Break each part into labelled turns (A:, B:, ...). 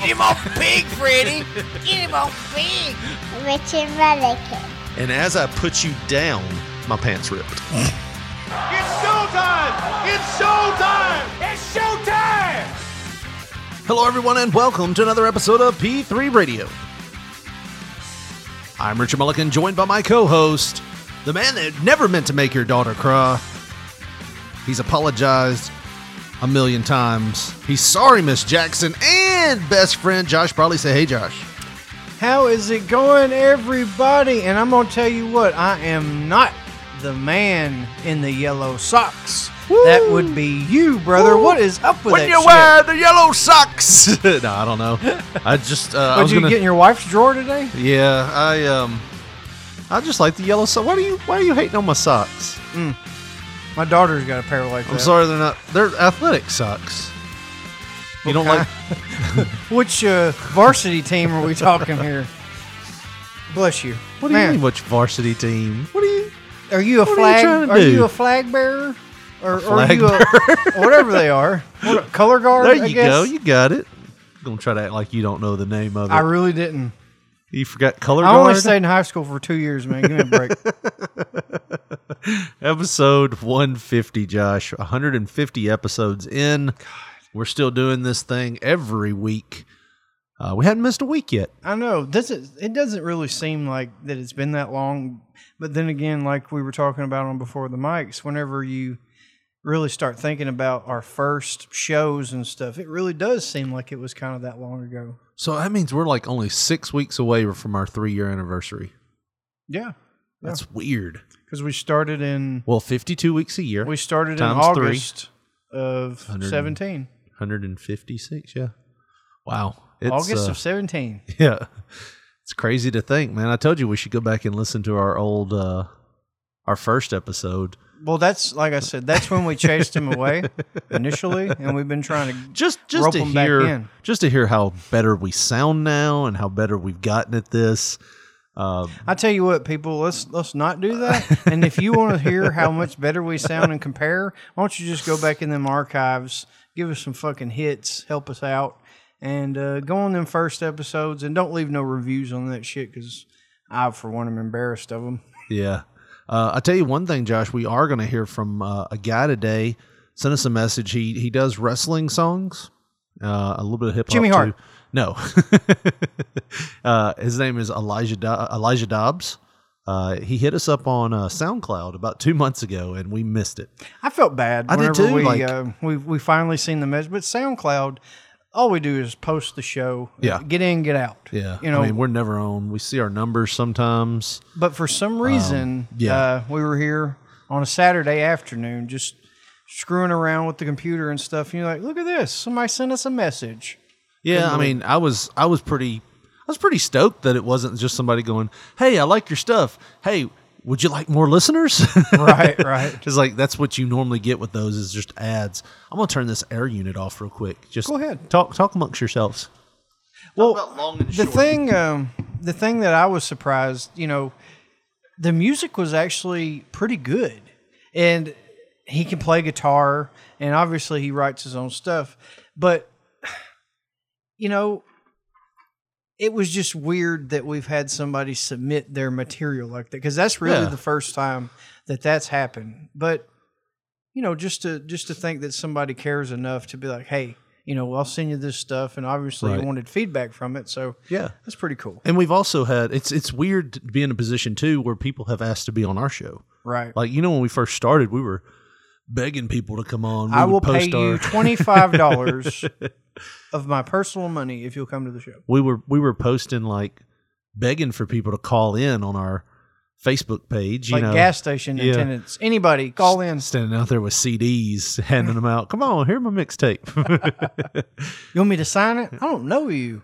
A: Get him off pig, Freddy. Get him off pig.
B: Richard Mullican.
C: and as I put you down, my pants ripped. Hello, everyone, and welcome to another episode of P3 Radio. I'm Richard Mulligan, joined by my co host, the man that never meant to make your daughter cry. He's apologized a million times. He's sorry, Miss Jackson, and best friend Josh Probably Say, hey, Josh.
D: How is it going, everybody? And I'm gonna tell you what, I am not the man in the yellow socks. That would be you, brother. What is up with
C: when
D: that
C: you
D: shit?
C: wear the yellow socks. no, I don't know. I just uh, I
D: What'd
C: was
D: you
C: gonna.
D: get in your wife's drawer today?
C: yeah, I um, I just like the yellow sock. Why do you Why are you hating on my socks?
D: My daughter's got a pair like that.
C: I'm sorry, they're not. They're athletic socks. You don't like?
D: Which uh, varsity team are we talking here? Bless you.
C: What do you mean? Which varsity team? What do you?
D: Are you a
C: What are you
D: flag?
C: trying to
D: are
C: do?
D: you a flag bearer? Or,
C: flag
D: are you a, whatever they are? What, color guard?
C: There
D: I
C: you
D: guess?
C: go. You got it. I'm gonna try to act like you don't know the name of it.
D: I really didn't.
C: you forgot color
D: I only
C: guard.
D: stayed in high school for two years, man. Give me a break.
C: Episode 150, Josh. 150 episodes in. We're still doing this thing every week. Uh, we hadn't missed a week yet.
D: I know this is. It doesn't really seem like that. It's been that long, but then again, like we were talking about on before the mics, whenever you really start thinking about our first shows and stuff, it really does seem like it was kind of that long ago.
C: So that means we're like only six weeks away from our three year anniversary.
D: Yeah,
C: That's weird.
D: because we started in
C: Well, 52 weeks a year.
D: we started in
C: Times three.
D: August of
C: Hundred and-
D: seventeen.
C: 156, yeah. Wow. It's,
D: August
C: uh,
D: of seventeen.
C: Yeah. It's crazy to think, man. I told you we should go back and listen to our old, uh, our first episode.
D: Well, that's like I said. That's when we chased him away initially, and we've been trying to
C: just just
D: rope
C: to
D: 'em back
C: hear
D: in.
C: just to hear how better we sound now and how better we've gotten at this. Uh,
D: I tell you what, people, let's let's not do that. And if you want to hear how much better we sound and compare, why don't you just go back in them archives, give us some fucking hits, help us out, and uh, go on them first episodes, and don't leave no reviews on that shit because I, for one, am embarrassed of them.
C: yeah, uh, I tell you one thing, Josh. We are going to hear from uh, a guy today. Sent us a message. He he does wrestling songs, uh, a little bit of hip hop.
D: Jimmy Hart.
C: Too. No, uh, his name is Elijah Do- Elijah Dobbs. Uh, he hit us up on uh, SoundCloud about two months ago, and we missed it.
D: I felt bad
C: I did
D: whenever
C: too,
D: we
C: like-
D: uh, we we finally seen the message, but SoundCloud. All we do is post the show.
C: Yeah.
D: Get in, get out.
C: Yeah,
D: You know,
C: I mean, we're never on. We see our numbers sometimes.
D: But for some reason,
C: yeah.
D: uh, we were here on a Saturday afternoon just screwing around with the computer and stuff. And you're like, look at this. Somebody sent us a message.
C: Yeah, I mean, I was I was pretty I was pretty stoked that it wasn't just somebody going, "Hey, I like your stuff. Hey, would you like more listeners?"
D: Right, right.
C: Just like that's what you normally get with those is just ads. I'm gonna turn this air unit off real quick. Just
D: Go ahead.
C: Talk talk amongst yourselves.
D: Well, the thing, um, the thing that I was surprised, you know, the music was actually pretty good, and he can play guitar, and obviously he writes his own stuff, but you know, it was just weird that we've had somebody submit their material like that because that's really
C: Yeah.
D: the first time that that's happened, but. You know, just to just to think that somebody cares enough to be like, hey, you know, I'll send you this stuff, and obviously you
C: Right.
D: wanted feedback from it, so
C: Yeah.
D: that's pretty cool.
C: And we've also had it's it's weird to be in a position too where people have asked to be on our show.
D: Right.
C: Like you know when we first started, we were begging people to come on. We
D: I
C: would
D: will pay
C: post our-
D: you twenty five dollars of my personal money if you'll come to the show.
C: we were we were posting like begging for people to call in on our Facebook page. You
D: Like
C: know,
D: gas station
C: yeah.
D: attendants. Anybody, call in.
C: standing out there with CDs, handing them out. Come on, hear my mixtape.
D: You want me to sign it? I don't know you.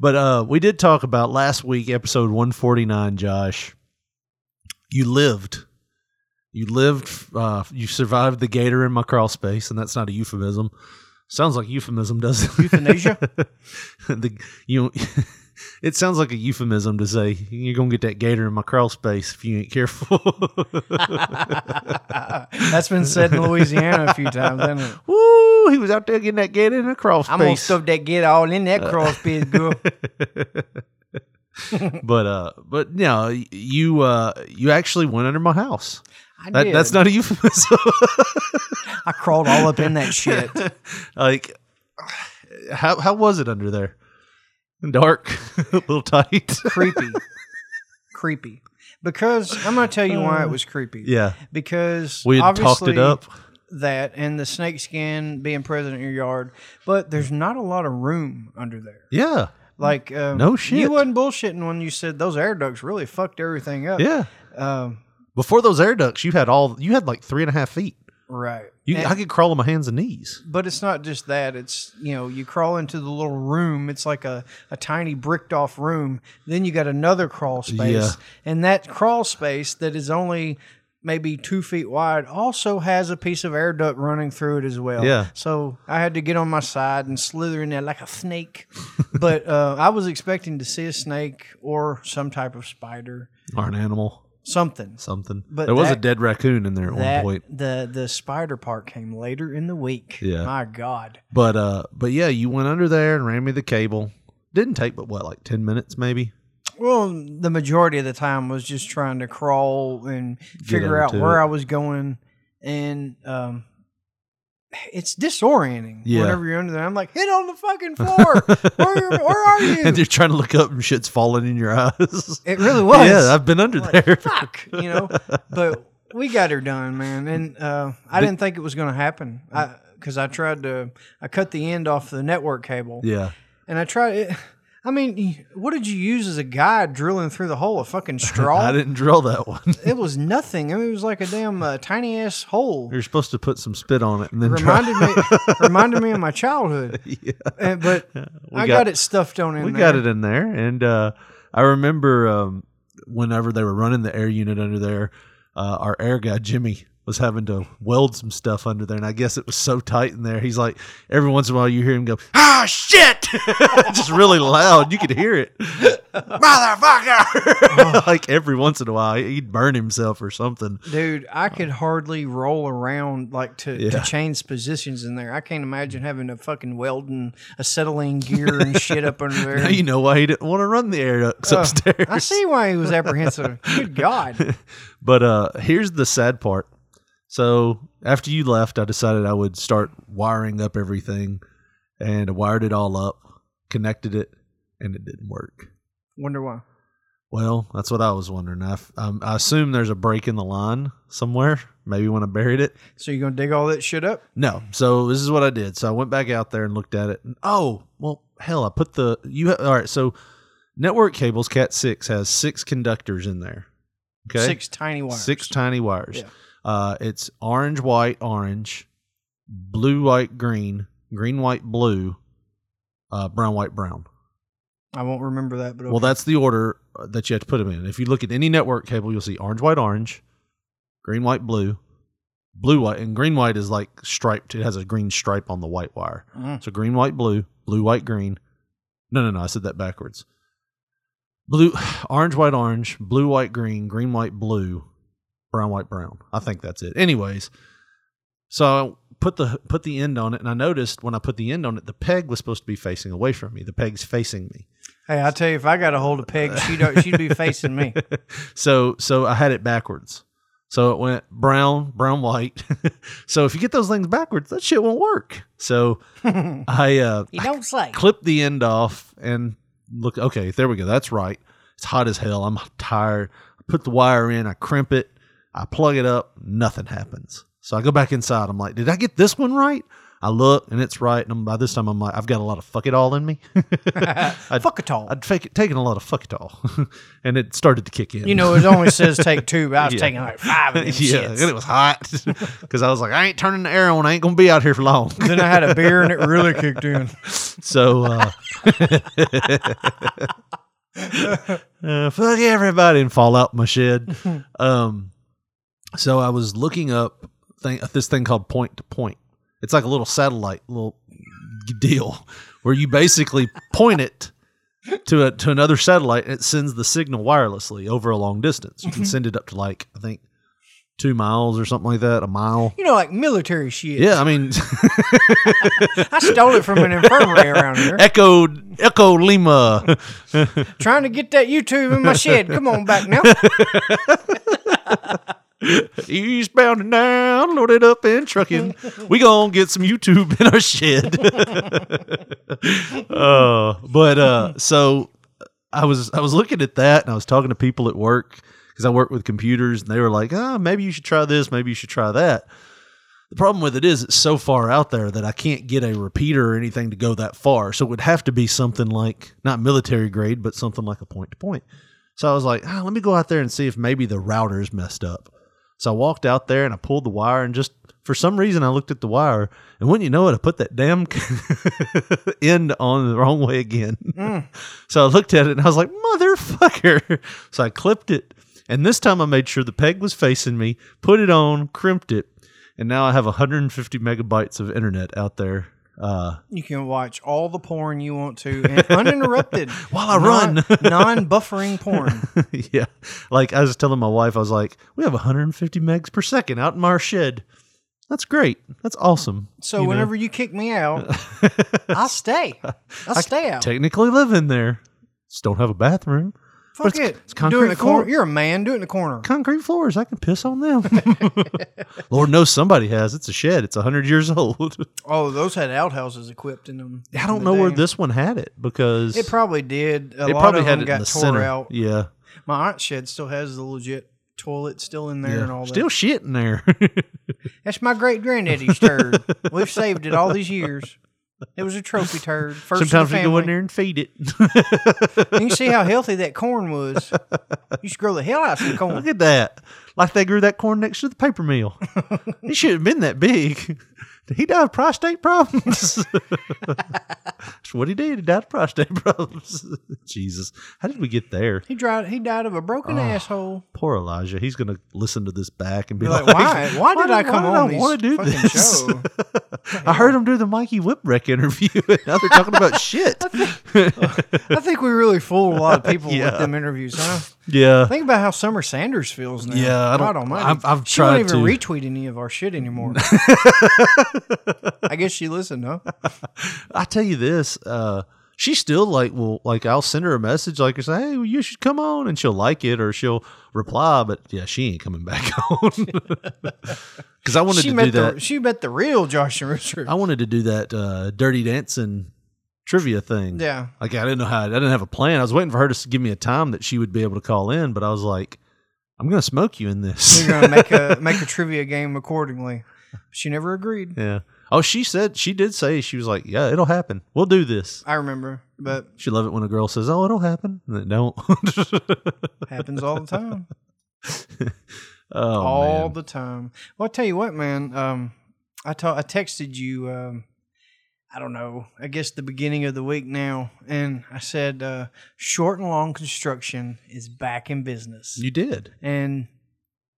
C: but uh, we did talk about last week, episode 149, Josh. You lived. You lived. Uh, you survived the gator in my crawl space, and that's not a euphemism. Sounds like euphemism, doesn't it?
D: Euthanasia?
C: the, you, it sounds like a euphemism to say you're gonna get that gator in my crawl space if you ain't careful.
D: That's been said in Louisiana a few times. hasn't it?
C: Woo! He was out there getting that gator in the crawl space.
D: I'm gonna stuff that get all in
C: Uh,
D: that cross biz, girl.
C: but uh, but no, you uh, you actually went under my house.
D: I
C: That,
D: did.
C: that's not a euphemism.
D: I crawled all up in that shit.
C: like, how how was it under there? Dark, a little tight.
D: creepy, creepy. Because I'm gonna tell you why it was creepy.
C: Uh, yeah,
D: Because
C: we had talked
D: obviously
C: it up.
D: That and the snake skin being present in your yard, but there's not a lot of room under there.
C: Yeah,
D: Like um,
C: No shit.
D: you wasn't bullshitting when you said those air ducts really fucked everything up.
C: yeah.
D: Um,
C: Before those air ducts, you had all you had like three and a half feet.
D: right.
C: You,
D: And-
C: I could crawl on my hands and knees.
D: But it's not just that. It's you know you crawl into the little room. It's like a, a tiny bricked off room. Then you got another crawl space,
C: Yeah.
D: and that crawl space that is only maybe two feet wide also has a piece of air duct running through it as well.
C: Yeah.
D: So I had to get on my side and slither in there like a snake. but uh, I was expecting to see a snake or some type of spider,
C: Or an animal,
D: something.
C: something.
D: But
C: there was a
D: that-
C: dead raccoon in there at
D: That
C: one point.
D: the the spider part came later in the week.
C: Yeah.
D: My God.
C: But uh, but yeah, you went under there and ran me the cable. Didn't take but what like ten minutes maybe.
D: Well, the majority of the time was just trying to crawl and figure
C: over
D: out
C: to
D: where
C: it.
D: I was going, and um, it's disorienting.
C: Yeah.
D: Whenever you're under there, I'm like, hit on the fucking floor. where, where are
C: and
D: you?
C: you're trying to look up and shit's falling in your eyes.
D: It really was.
C: Yeah, I've been under
D: Like,
C: there.
D: fuck, you know. But we got her done, man, and uh, I didn't think it was going to happen. I because I tried to, I cut the end off the network cable,
C: Yeah.
D: and I tried. It, I mean, what did you use as a guide drilling through the hole? A fucking straw?
C: I didn't drill that one.
D: it was nothing. I mean, it was like a damn uh, tiny ass hole.
C: You're supposed to put some spit on it and then try.
D: Reminded me, reminded me of my childhood. Uh, but I got,
C: got-
D: it stuffed on in
C: we
D: there.
C: got it in there and uh i remember um whenever they were running the air unit under there uh our air guy jimmy was having to weld some stuff under there and i guess it was so tight in there he's like every once in a while you hear him go ah shit just really loud you could hear it
D: Oh.
C: motherfucker like every once in a while he'd burn himself or something
D: dude. I could hardly roll around like to, to
C: Yeah.
D: change positions in there. I can't imagine having to fucking welding acetylene gear and shit up under there.
C: now you know why he didn't want to run the air ducts
D: Uh,
C: upstairs
D: I see why he was apprehensive. Good God,
C: But uh here's the sad part. So after you left, I decided I would start wiring up everything and I wired it all up, connected it, and it didn't work.
D: wonder why.
C: Well, that's what I was wondering. I, f- um, I assume there's a break in the line somewhere, maybe when I buried it.
D: So you gonna dig all that shit up?
C: No. So this is what I did. So I went back out there and looked at it. And, oh, well, hell, I put the you all right, so network cables cat 6 has six conductors in there. Okay?
D: Six tiny wires.
C: Six tiny wires.
D: Yeah.
C: Uh, it's orange, white, orange, blue, white, green, green, white, blue, uh, brown, white, brown.
D: I won't remember that, but
C: Well,
D: okay.
C: that's the order uh, that you have to put them in. If you look at any network cable, you'll see orange, white, orange, green, white, blue, blue, white, and green, white is like striped. It has a green stripe on the white wire.
D: Mm.
C: So green, white, blue, blue, white, green. No, no, no. I said that backwards. Blue, orange, white, orange, blue, white, green, green, white, blue, brown, white, brown. I think that's it. Anyways, so I put the put the end on it, and I noticed when I put the end on it, the peg was supposed to be facing away from me. The peg's facing me.
D: Hey, I tell you, if I got a hold of Peg, she'd uh, she'd be facing me.
C: so so I had it backwards. So it went brown, brown, white. so if you get those things backwards, that shit won't work. So I uh
E: You don't say.
C: clip the end off and look okay there we go that's right it's hot as hell i'm tired i put the wire in i crimp it i plug it up nothing happens so i go back inside i'm like did i get this one right I look and it's right. And I'm- by this time, I'm like, I've got a lot of fuck it all in me. I'd,
D: Fuck it all.
C: I'd fake, taken a lot of fuck it all. and it started to kick in.
D: You know, it only says take two, but I was
C: Yeah.
D: taking like five of them
C: yeah,
D: shits.
C: and it was hot because I was like, I ain't turning the air on. I ain't gonna be out here for long.
D: then I had a beer and it really kicked in.
C: So, uh, uh, fuck everybody and fall out my shed. Um, so I was looking up thing, uh, this thing called point to point. It's like a little satellite little deal where you basically point it to a, to another satellite and it sends the signal wirelessly over a long distance. You can send it up to like I think two miles or something like that, a mile.
D: You know, like military shit.
C: Yeah, I mean.
D: I stole it from an infirmary around here.
C: Echo Echo Lima.
D: Trying to get that YouTube in my shed. Come on back now.
C: Eastbound and down, loaded up and trucking. We gonna get some YouTube in our shed. uh, but uh, so I was I was looking at that and I was talking to people at work because I work with computers and they were like, ah, maybe you should try this, maybe you should try that. The problem with it is it's so far out there that I can't get a repeater or anything to go that far. So it would have to be something like not military grade, but something like a point to point. So I was like, ah, let me go out there and see if maybe the router's messed up. So I walked out there and I pulled the wire and just for some reason I looked at the wire and wouldn't you know it, I put that damn end on the wrong way again.
D: Mm.
C: So I looked at it and I was like, motherfucker. So I clipped it. And this time I made sure the peg was facing me, put it on, crimped it. And now I have 150 megabytes of internet out there. Uh,
D: You can watch all the porn you want to and uninterrupted
C: While I run.
D: non buffering porn.
C: yeah. Like I was telling my wife, I was like, we have 150 megs per second out in our shed. That's great. That's awesome.
D: So
C: You know?
D: whenever you kick me out, I'll stay. I'll stay out.
C: technically live in there. Just don't have a bathroom. but
D: Fuck
C: it's-
D: it.
C: it's
D: Do it in
C: concrete
D: the corner.
C: floor.
D: You're a man. Do it in the corner.
C: Concrete floors. I can piss on them. Lord knows somebody has. It's a shed. It's hundred years old.
D: Oh, those had outhouses equipped in them.
C: I
D: in
C: don't
D: the
C: know where
D: day.
C: this one had it because
D: It probably did. A
C: it
D: lot
C: probably
D: of
C: had
D: them
C: it
D: got
C: in the
D: tore
C: center.
D: out.
C: Yeah,
D: My aunt's shed still has the legit toilet still in there
C: yeah.
D: and all
C: still
D: that.
C: shit in there.
D: That's my great granddaddy's turd. We've saved it all these years. It was a trophy turd. First
C: Sometimes
D: in
C: we
D: the
C: go in
D: family.
C: there and feed it.
D: And you see how healthy that corn was. You should grow the hell out of some corn.
C: Look at that! Like they grew that corn next to the paper mill. it should have been that big. He died of prostate problems. That's what he did. He died of prostate problems. Jesus, how did we get there?
D: He died. He died of a broken
C: Oh.
D: asshole.
C: poor Elijah. He's gonna listen to this back and be
D: You're
C: like,
D: like, why? Why did I come
C: why
D: on
C: did I
D: these
C: wanna do
D: fucking
C: this?
D: show?
C: I heard him do the Mikey Whipwreck interview, and now they're talking about shit.
D: I think we really fooled a lot of people
C: Yeah.
D: with them interviews, huh?
C: yeah,
D: Think about how Summer Sanders feels now.
C: Yeah, I don't-
D: God almighty.
C: I've- I've
D: she won't
C: tried
D: even
C: to.
D: retweet any of our shit anymore. I guess she listened, huh?
C: I tell you this. Uh, she still like will like I'll send her a message like say, "Hey, well, you should come on," and she'll like it or she'll reply. But yeah, she ain't coming back on because I wanted
D: she
C: to
D: met
C: do that.
D: the she met the real Josh and Richard.
C: I wanted to do that uh, dirty dancing trivia thing.
D: Yeah.
C: Like I didn't know how I didn't have a plan. I was waiting for her to s- give me a time that she would be able to call in, but I was like, I'm gonna smoke you in this.
D: We're gonna make a make a trivia game accordingly. She never agreed.
C: yeah. Oh, she said she did say she was like, yeah, it'll happen. We'll do this.
D: I remember, but
C: She love it when a girl says, "Oh, it'll happen," and it don't.
D: happens all the time.
C: oh,
D: all
C: man.
D: the time. Well, I tell you what, man. Um, I ta- I texted you. Um, I don't know. I guess the beginning of the week now, and I said uh, short and long construction is back in business,
C: you did.
D: and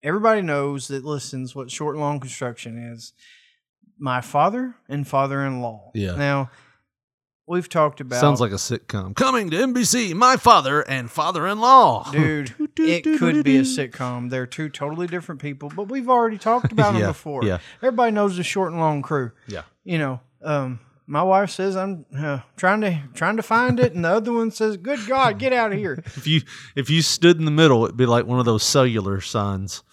D: everybody knows that listens what short and long construction is. My father and father-in-law.
C: Yeah.
D: Now. We've talked about
C: Sounds like a sitcom. Coming to NBC, my father and father-in-law.
D: dude. It could be a sitcom. They're two totally different people, but we've already talked about
C: Yeah,
D: them before.
C: yeah.
D: Everybody knows the short and long crew.
C: Yeah.
D: You know, um, my wife says I'm uh, trying to trying to find it, and the other one says, "Good God, get out of here!"
C: If you if you stood in the middle, it'd be like one of those cellular signs.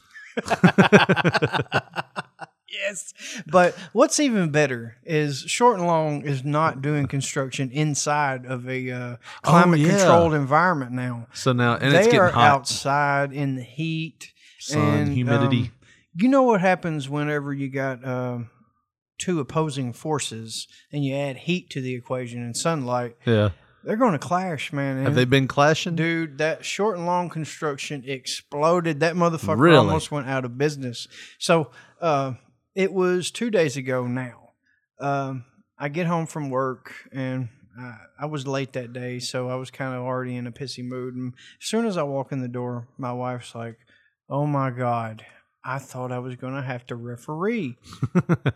D: Yes. But what's even better is short and long is not doing construction inside of a uh,
C: Oh,
D: climate controlled
C: yeah.
D: environment now.
C: So now, and
D: they
C: it's getting
D: are
C: hot.
D: outside in the heat,
C: Sun,
D: and,
C: humidity.
D: um, you know what happens whenever you got um, two opposing forces and you add heat to the equation and sunlight,
C: Yeah.
D: they're going to clash, man.
C: Have they been clashing?
D: Dude, that short and long construction exploded. That motherfucker
C: Really?
D: almost went out of business. So uh, it was two days ago now. Um, I get home from work and I, I was late that day, so I was kind of already in a pissy mood. And as soon as I walk in the door, my wife's like, Oh my God, I thought I was going to have to referee.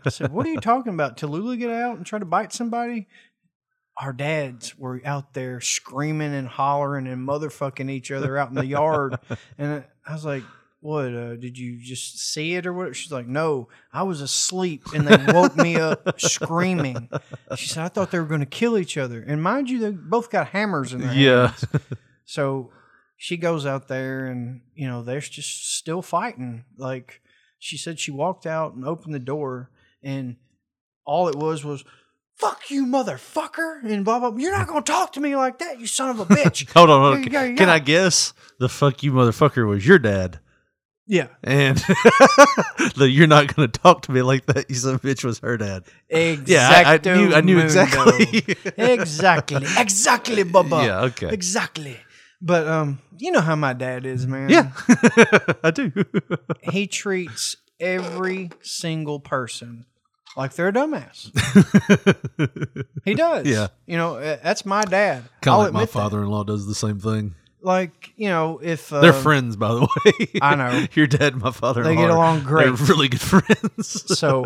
D: I said, What are you talking about? Tallulah get out and try to bite somebody? Our dads were out there screaming and hollering and motherfucking each other out in the yard. and I was like, What? Uh, did you just see it or what? She's like, No, I was asleep and they woke me up screaming. She said, I thought they were going to kill each other. And mind you, they both got hammers in their hands.
C: Yeah.
D: So she goes out there and, you know, they're just still fighting. Like she said, she walked out and opened the door, and all it was was, fuck you, motherfucker, and blah, blah. You're not going to talk to me like that, you son of a bitch.
C: Hold on, hold on.
D: You go, you
C: Can
D: go.
C: I guess the fuck you motherfucker was your dad?
D: yeah,
C: And the you're not going to talk to me like that, you son of a bitch, was her dad.
D: exactly.
C: Yeah, I, I knew, I knew exactly.
D: exactly. Exactly, Bubba.
C: Yeah, okay.
D: Exactly. But um, you know how my dad is, man.
C: yeah, I do.
D: he treats every single person like they're a dumbass. he does.
C: Yeah.
D: You know, uh, that's my dad.
C: Kind
D: I'll
C: of like my
D: admit that.
C: father-in-law does the same thing.
D: Like, you know, if uh,
C: They're friends, by the way.
D: I know.
C: your dad and my father-in-law.
D: They get
C: are-
D: along great.
C: They're really good friends.
D: So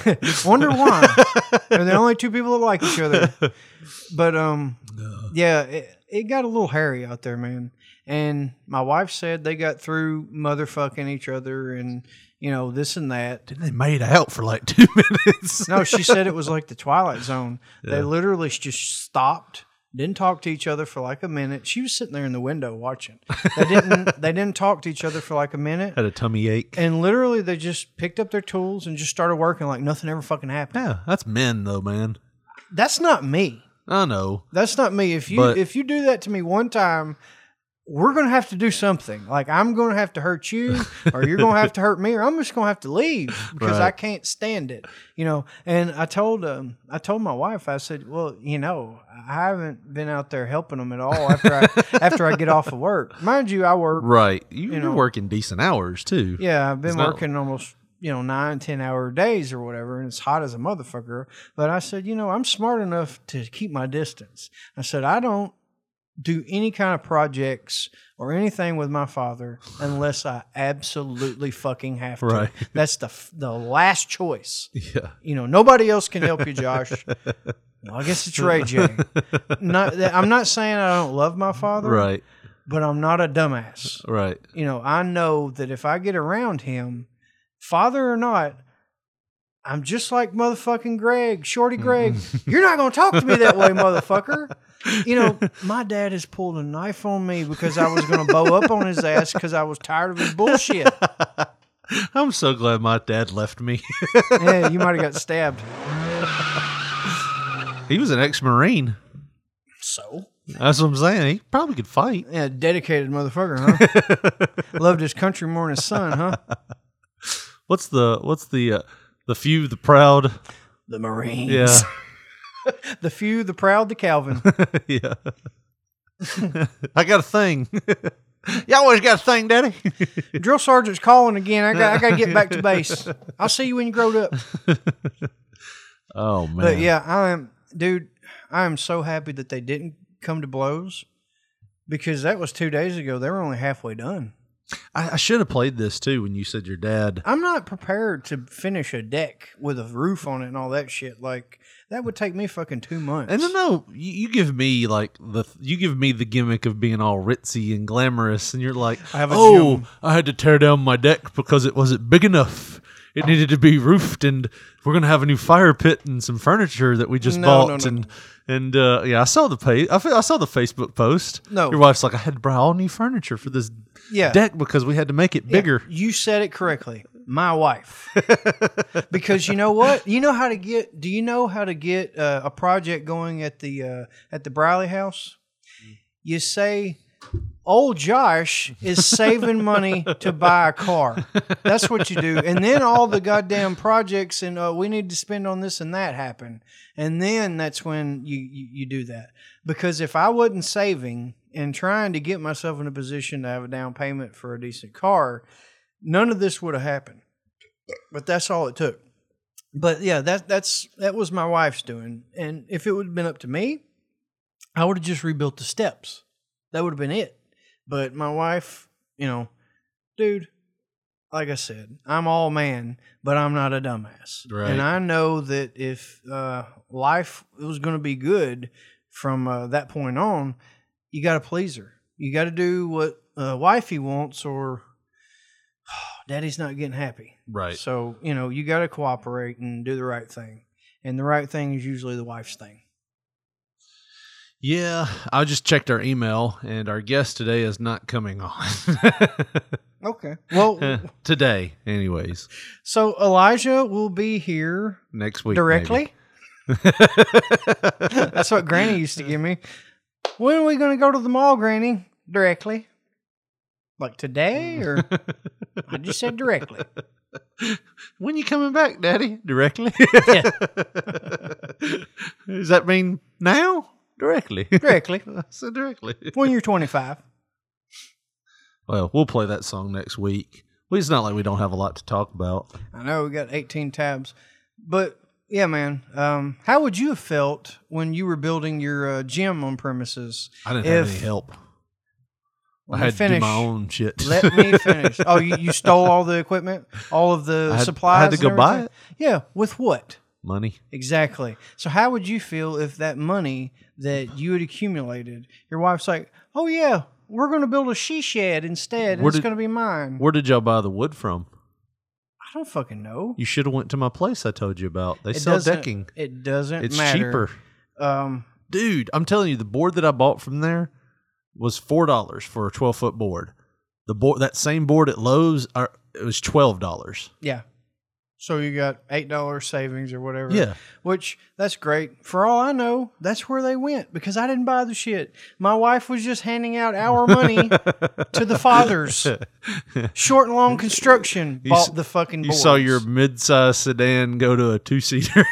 D: wonder why. They're the only two people that like each other. But um yeah, it, it got a little hairy out there, man. And my wife said they got through motherfucking each other and you know, this and that.
C: they made out for like two minutes.
D: No, she said it was like the Twilight Zone. They literally just stopped, didn't talk to each other for like a minute. She was sitting there in the window watching. They didn't. they didn't talk to each other for like a minute,
C: Had a tummy ache.
D: and literally they just picked up their tools and just started working like nothing ever fucking happened.
C: yeah, that's men though, man.
D: That's not me.
C: I know.
D: That's not me. If you
C: But-
D: if you do that to me one time. We're gonna have to do something. Like I'm gonna have to hurt you, or you're gonna have to hurt me, or I'm just gonna have to leave because I
C: Right.
D: can't stand it. You know. And I told um, I told my wife, I said, well, you know, I haven't been out there helping them at all after I after I get off of work. Mind you, I work.
C: Right. You,
D: You
C: are
D: know.
C: working decent hours too.
D: Yeah, I've been
C: It's not-
D: working almost you know nine ten hour days or whatever, and it's hot as a motherfucker. But I said, you know, I'm smart enough to keep my distance. I said I don't do any kind of projects or anything with my father unless I absolutely fucking have to.
C: Right.
D: That's the f- the last choice.
C: Yeah.
D: You know, nobody else can help you, Josh. Well, I guess it's Ray J. Not, that- I'm not saying I don't love my father,
C: Right.
D: but I'm not a dumbass
C: Right.
D: you know, I know that if I get around him, father or not, I'm just like motherfucking Greg, Shorty Greg. You're not going to talk to me that way, motherfucker. You know, my dad has pulled a knife on me because I was going to bow up on his ass because I was tired of his bullshit.
C: I'm so glad my dad left me.
D: Yeah, you might have got stabbed.
C: he was an ex-marine.
D: So?
C: That's what I'm saying. He probably could fight.
D: Yeah, dedicated motherfucker, huh? Loved his country more than his son, huh?
C: What's the what's the uh, the few the proud?
D: The Marines.
C: Yeah.
D: The few, the proud, the Calvin.
C: yeah. I got a thing. you always got a thing, Daddy.
D: Drill sergeant's calling again. I got, I got to get back to base. I'll see you when you grow up.
C: oh man.
D: But yeah, I am, dude. I am so happy that they didn't come to blows because that was two days ago. They were only halfway done.
C: I, I should have played this too when you said your dad.
D: I'm not prepared to finish a deck with a roof on it and all that shit. Like that would take me fucking two months.
C: And no, no, you, you give me like the you give me the gimmick of being all ritzy and glamorous, and you're like,
D: I have a
C: oh,
D: gym."
C: I had to tear down my deck because it wasn't big enough.
D: Oh.
C: It needed to be roofed, and we're gonna have a new fire pit and some furniture that we just
D: No, no,
C: bought,
D: no,
C: and and uh, yeah, I saw the page. I fe- I saw the Facebook post.
D: No.
C: your wife's like, I had to buy all new furniture for this
D: Yeah.
C: deck because we had to make it bigger.
D: You said it correctly. My wife. because you know what? You know how to get do you know how to get uh, a project going at the uh, at the Briley house? You say old Josh is saving money to buy a car. That's what you do. And then all the goddamn projects and uh, we need to spend on this and that happen. And then that's when you, you, you do that. Because if I wasn't saving and trying to get myself in a position to have a down payment for a decent car, none of this would have happened. But that's all it took. But yeah, that that's that was my wife's doing. And if it would have been up to me, I would have just rebuilt the steps. That would have been it. But my wife, you know, dude, like I said, I'm all man, but I'm not a dumbass.
C: Right.
D: And I know that if uh, life was going to be good from uh, that point on, you got to please her. You got to do what uh, wifey wants, or daddy's not getting happy.
C: Right.
D: So, you know, you got to cooperate and do the right thing. And the right thing is usually the wife's thing.
C: Yeah, I just checked our email, and our guest today is not coming on
D: Okay. Well,
C: Eh, today. Anyways,
D: so Elijah will be here
C: next week
D: directly.
C: maybe.
D: That's what Granny used to give me. When are we going to go to the mall, Granny? Directly. Like today, or I just said directly.
C: When you coming back, Daddy? Directly. Does that mean now? Directly.
D: Directly.
C: I said directly.
D: When you're 25.
C: Well, we'll play that song next week. Well, it's not like we don't have a lot to talk about.
D: I know we got 18 tabs, but yeah, man. Um, how would you have felt when you were building your uh, gym on premises?
C: I didn't have
D: If-
C: any help. I
D: Let me
C: had to do
D: finish.
C: my own shit.
D: Let me finish. Oh, you, you stole all the equipment, all of the
C: I had- I had
D: supplies.
C: to
D: and
C: go buy
D: everything? Yeah, with what?
C: Money.
D: Exactly. So how would you feel if that money that you had accumulated, your wife's like, "Oh yeah, we're going to build a she shed instead, and
C: Where
D: it's
C: did-
D: going to be mine."
C: Where did y'all buy the wood from?
D: I don't fucking know.
C: You should have went to my place I told you about. They sell
D: doesn't-
C: decking.
D: It doesn't
C: It's
D: matter.
C: cheaper.
D: Um,
C: Dude, I'm telling you, the board that I bought from there was four dollars for a twelve foot board. The board that same board at Lowe's are, it was twelve dollars.
D: yeah. So you got eight dollars savings or whatever.
C: Yeah.
D: Which that's great. For all I know, that's where they went because I didn't buy the shit. My wife was just handing out our money to the fathers. Short and long construction
C: You
D: bought
C: s-
D: the fucking.
C: You saw
D: boards.
C: your mid sized sedan go to a two seater.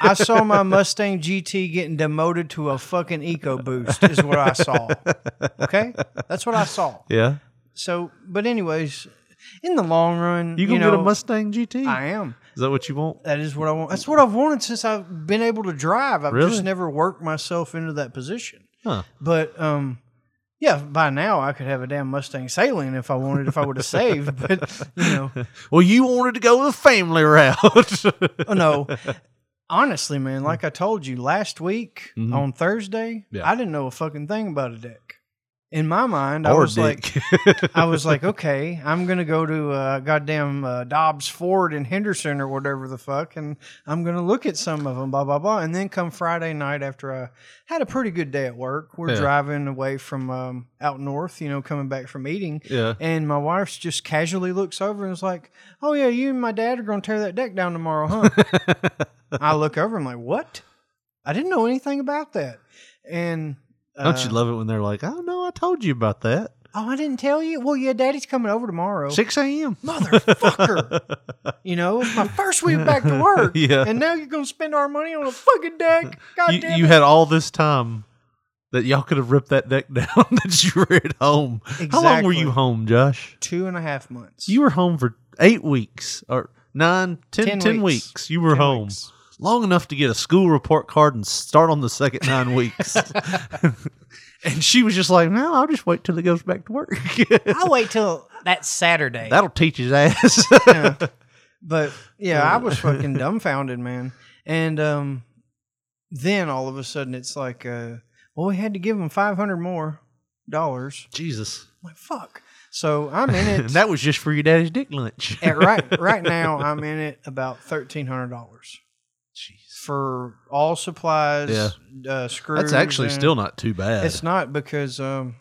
D: I saw my Mustang GT getting demoted to a fucking EcoBoost is what I saw. Okay, that's what I saw.
C: yeah.
D: So, but anyways, in the long run,
C: You gonna
D: know,
C: get a Mustang GT?
D: I am.
C: Is that what you want?
D: That is what I want. That's what I've wanted since I've been able to drive. I've
C: Really?
D: just never worked myself into that position.
C: Huh.
D: But um, yeah, by now I could have a damn Mustang Saline if I wanted, if I would have saved. But you know,
C: Well, you wanted to go the family route.
D: oh no. Honestly, man,
C: Hmm.
D: like I told you last week on Thursday,
C: Mm-hmm. Yeah.
D: I didn't know a fucking thing about a deck. In my mind, I
C: or
D: was like,
C: dick.
D: I was like, okay, I'm gonna go to uh, goddamn uh, Dobbs Ford and Henderson or whatever the fuck, and I'm gonna look at some of them, blah blah blah, and then come Friday night after I had a pretty good day at work, we're
C: Yeah.
D: driving away from um, out north, you know, coming back from eating,
C: Yeah.
D: and my wife's just casually looks over and is like, oh yeah, you and my dad are gonna tear that deck down tomorrow, huh? I look over, I'm like, what? I didn't know anything about that, and.
C: Don't
D: uh,
C: you love it when they're like, "Oh no, I told you about that."
D: Oh, I didn't tell you. Well, yeah, Daddy's coming over tomorrow.
C: Six a.m.
D: motherfucker. you know, it's my first week back to work.
C: Yeah.
D: And now you're going to spend our money on a fucking deck. God
C: you,
D: damn
C: you
D: it.
C: had all this time that y'all could have ripped that deck down that you were at home. How long were
D: Exactly.
C: you home, Josh?
D: Two and a half months.
C: You were home for eight weeks or nine, ten, ten
D: Ten
C: weeks.
D: weeks.
C: You were
D: Ten
C: home
D: weeks.
C: long enough to get a school report card and start on the second nine weeks. and she was just like, "No, I'll just wait till he goes back to work.
D: I'll wait till that Saturday.
C: That'll teach his ass."
D: But yeah, I was fucking dumbfounded, man. And um, then all of a sudden it's like, uh, well, we had to give him 500 more dollars.
C: Jesus,
D: I'm like, fuck. So I'm in
C: and
D: it.
C: that was just for your daddy's dick lunch.
D: at right right now I'm in it about thirteen hundred dollars. For all supplies,
C: Yeah.
D: uh, screws.
C: That's actually
D: and-
C: still not too bad.
D: It's not because um,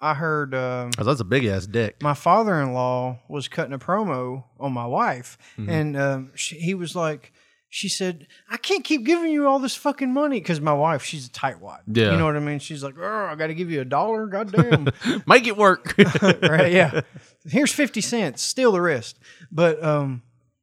D: I heard um,
C: 'Cause that's a big ass deck.
D: my
C: Mm-hmm.
D: father in law was cutting a promo on my wife, and um, she, he was like, she said, I can't keep giving you all this fucking money. Cause my wife, she's a tightwad.
C: Yeah.
D: You know what I mean? She's like, oh, I got to give you a dollar. Goddamn.
C: Make it work.
D: right? Yeah. Here's 50 cents, steal the rest. But um,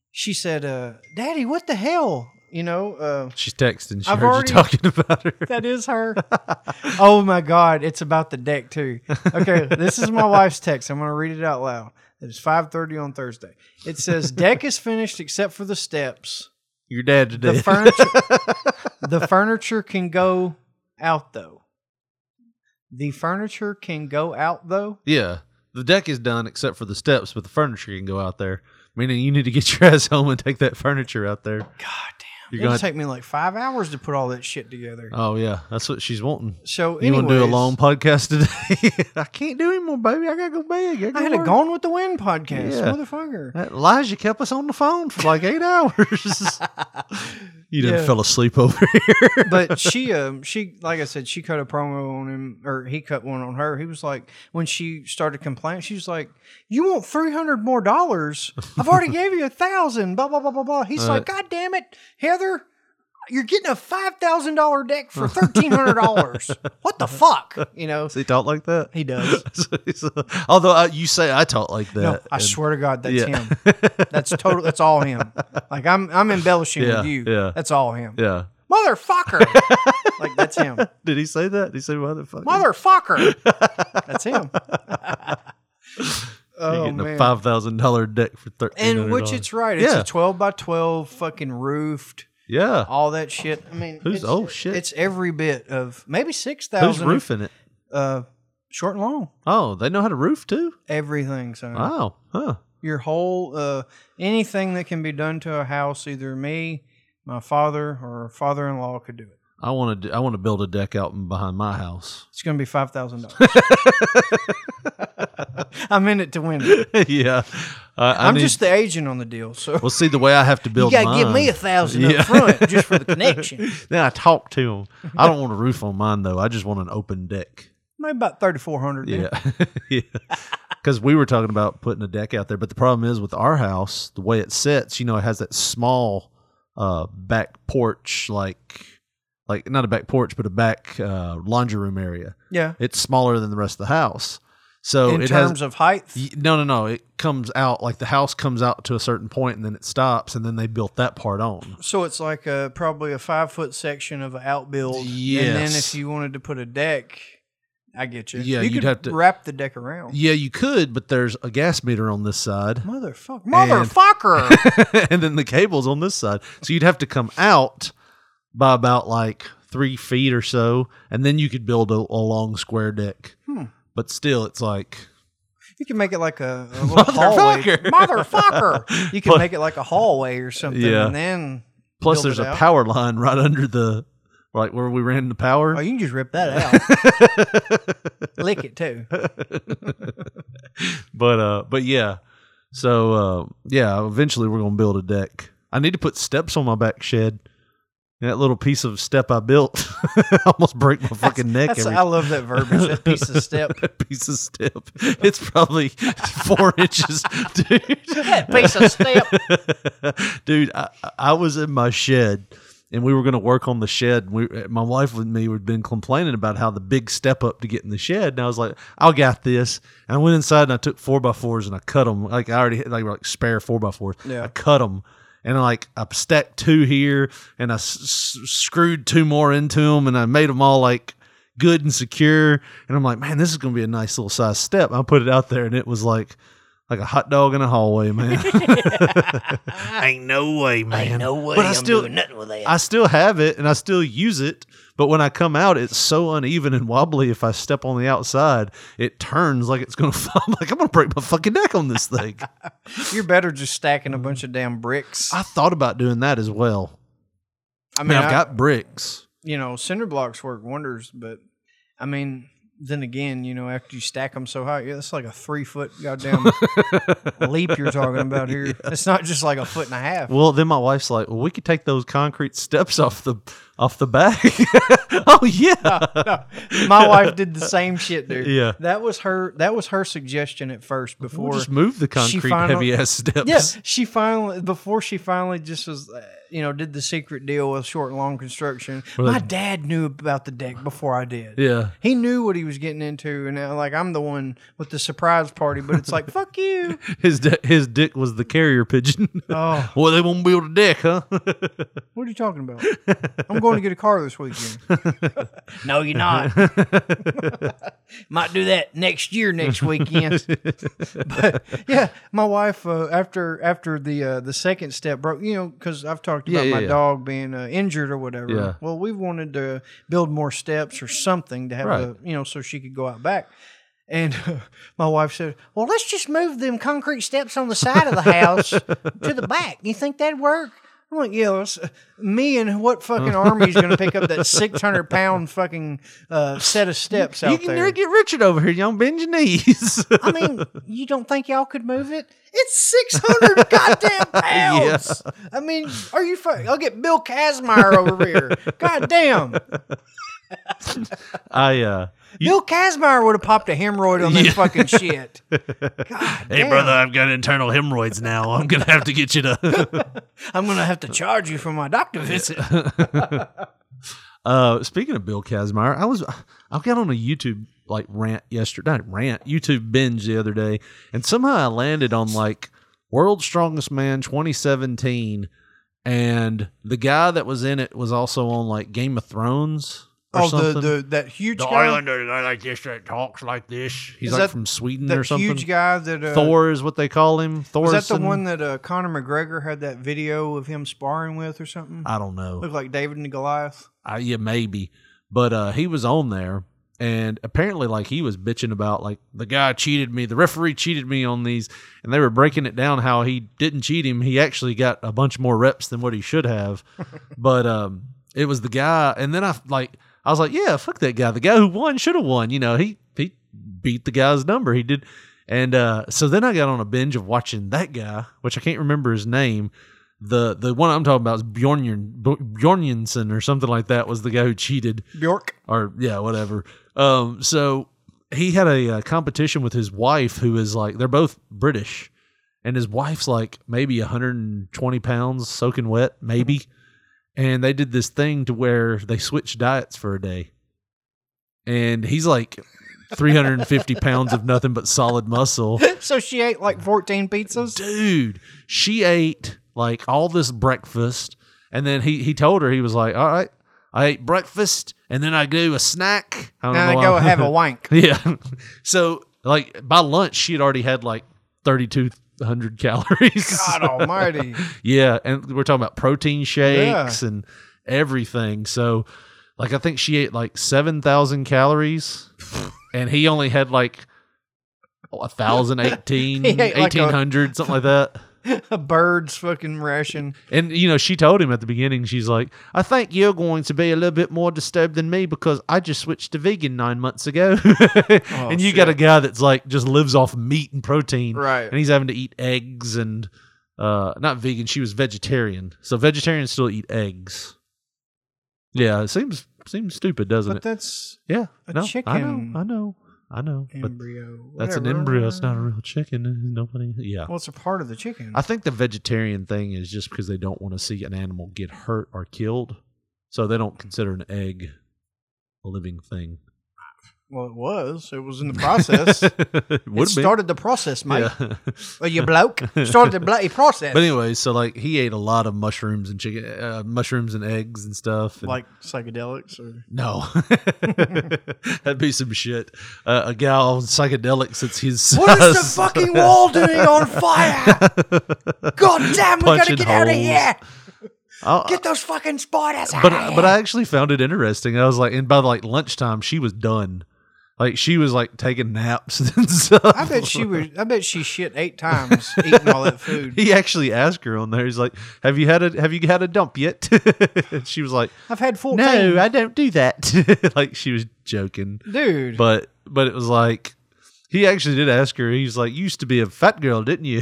D: she said, uh, Daddy, what the hell? You know, uh,
C: She's texting. She
D: I've
C: heard
D: already-
C: you talking about her.
D: that is her. oh my God, it's about the deck too. Okay, this is my wife's text. I'm going to read it out loud. It is 5:30 on Thursday. It says, "Deck is finished except for the steps.
C: Your dad
D: The
C: today.
D: furniture, the furniture can go out though. The furniture can go out though.
C: yeah. The deck is done except for the steps, but the furniture can go out there. Meaning you need to get your ass home and take that furniture out there.
D: God damn,
C: You're
D: it'll
C: gonna.
D: take me like five hours to put all that shit together.
C: oh yeah, that's what she's wanting.
D: So
C: You want to do a
D: anyways,
C: long podcast today? I can't do anymore, baby. I gotta go big. I, gotta
D: I had a
C: work.
D: Gone with the Wind podcast,
C: Yeah.
D: motherfucker.
C: That Elijah kept us on the phone for like eight hours. you didn't
D: Yeah.
C: fell asleep over here.
D: But she, um, she, like I said, she cut a promo on him, or he cut one on her. He was like, when she started complaining, she was like, "You want three hundred more dollars? I've already gave you a thousand. Blah blah blah blah blah." He's
C: Uh,
D: like, "God damn it, Heather, you're getting a five thousand dollar deck for thirteen hundred dollars. What the fuck?" You know,
C: Does he talk like that?
D: he does.
C: Although uh, you say I talk like that.
D: No, I
C: and-
D: swear to God, that's
C: Yeah.
D: him. That's total. That's all him. Like I'm, I'm embellishing
C: Yeah,
D: with you.
C: yeah.
D: That's all him.
C: Yeah.
D: Motherfucker. like that's him.
C: Did he say that? Did he say motherfucker?
D: Motherfucker. that's him.
C: You're
D: oh
C: getting a
D: man.
C: five thousand dollar deck for thirteen.
D: and which it's right. It's
C: Yeah.
D: a twelve by twelve fucking roofed.
C: yeah.
D: All that shit. I mean,
C: Who's-
D: it's-
C: oh, shit.
D: It's every bit of maybe six
C: Who's
D: thousand.
C: roofing it?
D: Uh, short and long.
C: Oh, they know how to roof too.
D: Everything. So
C: Wow. Huh.
D: your whole uh, anything that can be done to a house, either me, my father, or father in law could do it.
C: I want to. I want to build a deck out behind my house.
D: It's going to be five thousand dollars. I'm in it to win it.
C: yeah. Uh, I
D: I'm
C: need-
D: just the agent on the deal, so
C: Well, see the way I have to
D: you
C: build.
D: gotta give me
C: mine-
D: a thousand
C: Yeah.
D: up front just for the connection.
C: Then I talk to him. I don't want a roof on mine though. I just want an open deck.
D: Maybe about thirty four hundred.
C: Yeah. yeah. Because we were talking about putting a deck out there, but the problem is with our house, the way it sits, you know, it has that small uh, back porch, like, like not a back porch, but a back uh, laundry room area.
D: yeah.
C: It's smaller than the rest of the house. So
D: in
C: it has.
D: terms of height,
C: y- no, no, no. It comes out like the house comes out to a certain point, and then it stops, and then they built that part on.
D: so it's like a probably a five foot section of an outbuild. And then
C: Yes.
D: if you wanted to put a deck, I get you.
C: Yeah,
D: you
C: you'd
D: could
C: have to-
D: wrap the deck around.
C: Yeah, you could, but there's a gas meter on this side,
D: Motherfucker.
C: And-
D: Motherfucker.
C: and then the cable's on this side. So you'd have to come out by about like three feet or so, and then you could build a, a long square deck. But still, it's like
D: Hmm. you can make it like a, a little hallway. Motherfucker. You can
C: But-
D: make it like a hallway or something.
C: Yeah.
D: And then,
C: plus
D: Build
C: there's
D: it
C: a
D: out.
C: power line right under the like where we ran the power.
D: oh, you can just rip that out. Lick it too.
C: but uh, but yeah, so uh, yeah, eventually we're gonna build a deck. I need to put steps on my back shed. That little piece of step I built almost break my fucking neck.
D: That's,
C: every
D: I love that verbiage, that piece of step.
C: piece of step. It's probably four inches, dude.
F: That piece of step.
C: dude, I, I was in my shed. And we were going to work on the shed. We, my wife and me had been complaining about how the big step up to get in the shed. And I was like, "I got this." And I went inside and I took four by fours and I cut them. Like I already had like, like spare four by fours.
D: Yeah.
C: I cut them and like I stacked two here and I s- s- screwed two more into them and I made them all like good and secure. And I'm like, man, this is gonna be a nice little size step. I put it out there and it was like like a hot dog in a hallway, man. Ain't no way, man. Ain't no way. But I still nothing with that. I still have it and I still use it. But when I come out, it's so uneven and wobbly. If I step on the outside, it turns like it's gonna fall. I'm like I'm gonna break my fucking neck on this thing.
D: You're better just stacking a bunch of damn bricks.
C: I thought about doing that as well.
D: I
C: I mean, I've
D: I-
C: got bricks.
D: you know, cinder blocks work wonders, but I mean, then again, you know, after you stack them so high, yeah, it's like a three foot goddamn leap you're talking about here. It's not just like a foot and a half.
C: Well, then my wife's like, "Well, we could take those concrete steps off the off the back. oh yeah,
D: Ah, My wife did the same shit, dude.
C: Yeah.
D: that was her. That was her suggestion at first. Before
C: we'll just move the
D: she
C: concrete
D: final-
C: heavy ass steps.
D: Yeah, she finally before she finally just was, uh, you know, did the secret deal with short and long construction.
C: Well,
D: My
C: they-
D: dad knew about the deck before I did.
C: Yeah.
D: he knew what he was getting into, and now, like I'm the one with the surprise party. But it's like fuck you.
C: His di- his dick was the carrier pigeon.
D: Oh,
C: well, they won't build a deck, huh?
D: what are you talking about? I'm going to get a car this weekend. no, you're not. Might do that next year, next weekend. but yeah, my wife uh, after after the uh, the second step broke, you know, because I've talked
C: Yeah,
D: about
C: yeah,
D: my
C: yeah.
D: dog being uh, injured or whatever.
C: Yeah.
D: Well, we wanted to build more steps or something to have
C: Right.
D: a you know so she could go out back. And uh, my wife said, "Well, let's just move them concrete steps on the side of the house to the back. You think that'd work?" I'm like, "Yeah, let's, me and what fucking army is going to pick up that six hundred pound fucking uh, set of steps
C: you
D: out
C: can
D: there?"
C: get Richard over here. Y'all bend your knees.
D: I mean, you don't think y'all could move it? It's 600 goddamn pounds. I mean, are you fucking? I'll get Bill Kazmaier over here. Goddamn.
C: I uh,
D: Bill Kazmaier would have popped a hemorrhoid on that fucking shit. God
C: hey
D: damn.
C: brother, I've got internal hemorrhoids now. I'm gonna have to get you to.
D: I'm going to have to charge you for my doctor visit.
C: Uh, speaking of Bill Kazmaier, I was I got on a YouTube like rant yesterday, not rant YouTube binge the other day, and somehow I landed on like World's Strongest Man 2017, and the guy that was in it was also on like Game of Thrones or something.
D: Oh, that huge
C: guy like this that uh, talks like this. He's
D: Is
C: like
D: that-
C: from Sweden or something.
D: guy that. Uh,
C: Thor is what they call him. Thor
D: Was that the one that uh, Conor McGregor had that video of him sparring with or something?
C: I don't know.
D: Looked like David and Goliath.
C: I, yeah, maybe. But uh, he was on there, and apparently, like he was bitching about like the guy cheated me, the referee cheated me on these, and they were breaking it down how he didn't cheat him. He actually got a bunch more reps than what he should have. but um, it was the guy, and then I like I was like, yeah, fuck that guy. The guy who won should have won. You know, he he beat the guy's number. He did. And uh, so then I got on a binge of watching that guy, which I can't remember his name, the the one I'm talking about is Bjornjern Bjornjensen or something like that was the guy who cheated
D: Bjork.
C: or yeah whatever. Um, so he had a uh, competition with his wife who is like they're both British, and his wife's like maybe 120 pounds soaking wet maybe, and they did this thing to where they switched diets for a day, and he's like 350 pounds of nothing but solid muscle
D: so she ate like 14 pizzas.
C: dude, she ate like all this breakfast, and then he he told her he was like, all right, I ate breakfast, and then I do a snack. I don't
D: Now
C: know
D: they go
C: why.
D: have a wank.
C: yeah. So like by lunch, she had already had like thirty two hundred calories.
D: God almighty.
C: yeah, and we're talking about protein shakes
D: Yeah.
C: and everything. So like I think she ate like seven thousand calories, and he only had like. A thousand eighteen,
D: He ate like a-
C: eighteen hundred, something like that.
D: a bird's fucking ration.
C: And you know, she told him at the beginning, she's like, "I think you're going to be a little bit more disturbed than me because I just switched to vegan nine months ago." and you got a guy that's like just lives off meat and protein,
D: Right.
C: And he's having to eat eggs and uh, not vegan. She was vegetarian, so vegetarians still eat eggs. Yeah, it seems seems stupid, doesn't
D: But
C: it?
D: that's
C: Yeah,
D: a
C: no, I know,
D: chicken
C: I know, I know. But
D: embryo.
C: that's an
D: whatever.
C: embryo. It's not a real chicken. Nobody. Yeah.
D: Well, it's a part of the chicken.
C: I think the vegetarian thing is just because they don't want to see an animal get hurt or killed, so they don't consider an egg a living thing.
D: well, it was. It was in the process. it
C: Would
D: started the process, mate.
C: Yeah.
D: Well, you bloke started the bloody process.
C: but anyway, so like he ate a lot of mushrooms and chicken, uh, mushrooms and eggs and stuff. and-
D: like psychedelics or
C: no, that'd be some shit. Uh, a guy on psychedelics. It's his.
D: what
C: size.
D: is the fucking wall doing on fire? God damn, we gotta
C: Punching
D: get out of
C: holes.
D: here!
C: I'll-
D: Get those fucking spiders out! of
C: but
D: here.
C: but I actually found it interesting. I was like, and by like lunchtime, she was done. Like she was like taking naps and stuff.
D: I bet she was. I bet she shit eight times eating all that food.
C: He actually asked her on there. He's like, "Have you had a Have you had a dump yet?" And she was like,
D: I've had fourteen.
C: "No, I don't do that." like she was joking,
D: dude.
C: but but it was like He actually did ask her. He's like, "You used to be a fat girl, didn't you?"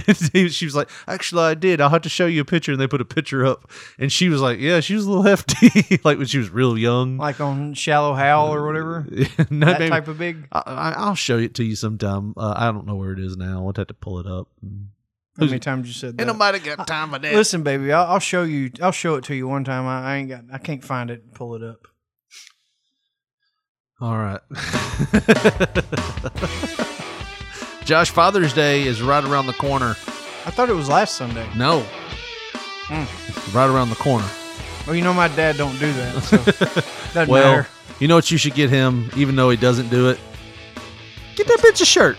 C: she was like, "Actually, I did. I'll have to show you a picture." And they put a picture up, and she was like, "Yeah, she was a little hefty, like when she was real young."
D: like on Shallow Hal or whatever.
C: No,
D: that
C: maybe-
D: type of big.
C: I, I, I'll show it to you sometime. Uh, I don't know where it is now. I'll have to pull it up.
D: How many times you said that?
C: got time for that.
D: Listen, baby, I'll, I'll show you. I'll show it to you one time. I, I ain't got. I can't find it. Pull it up.
C: All right.
A: Josh, Father's Day is right around the corner.
D: I thought it was last Sunday.
A: No.
D: Hmm.
A: Right around the corner.
D: Well, you know my dad don't do that, so doesn't
C: Well,
D: matter.
C: you know what you should get him, even though he doesn't do it? Get that bitch a shirt.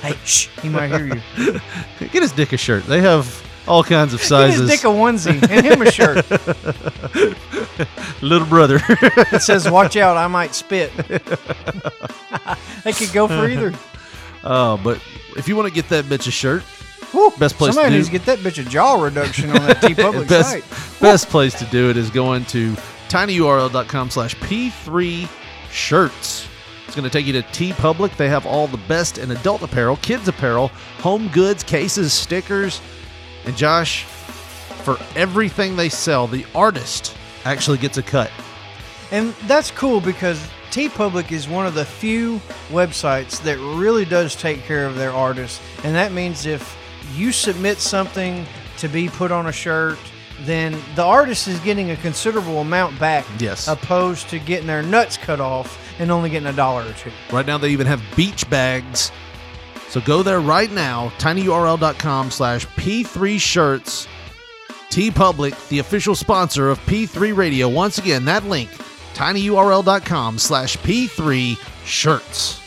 D: Hey, shh, he might hear you.
C: get his dick a shirt. They have all kinds of
D: Get his
C: sizes.
D: dick a onesie and him a shirt
C: Little brother.
D: that says "Watch out, I might spit." they could go for either.
C: uh, but if you want to get that bitch a shirt,
D: Woo,
C: Best place to
D: Somebody
C: do-
D: needs to get that bitch a jaw reduction on that T public
C: best,
D: site.
C: best place to do it is going to tinyurl.com slash p3 shirts it's going to take you to t public they have all the best in adult apparel kids apparel home goods cases stickers and josh for everything they sell the artist actually gets a cut
D: And that's cool because T Public is one of the few websites that really does take care of their artists. And that means if you submit something to be put on a shirt, then the artist is getting a considerable amount back.
C: Yes.
D: Opposed to getting their nuts cut off and only getting a dollar or two.
C: right now they even have beach bags so go there right now tinyurl.com slash p3 shirts T Public, the official sponsor of P3 Radio. Once again, that link, tinyurl.com slash P3 shirts.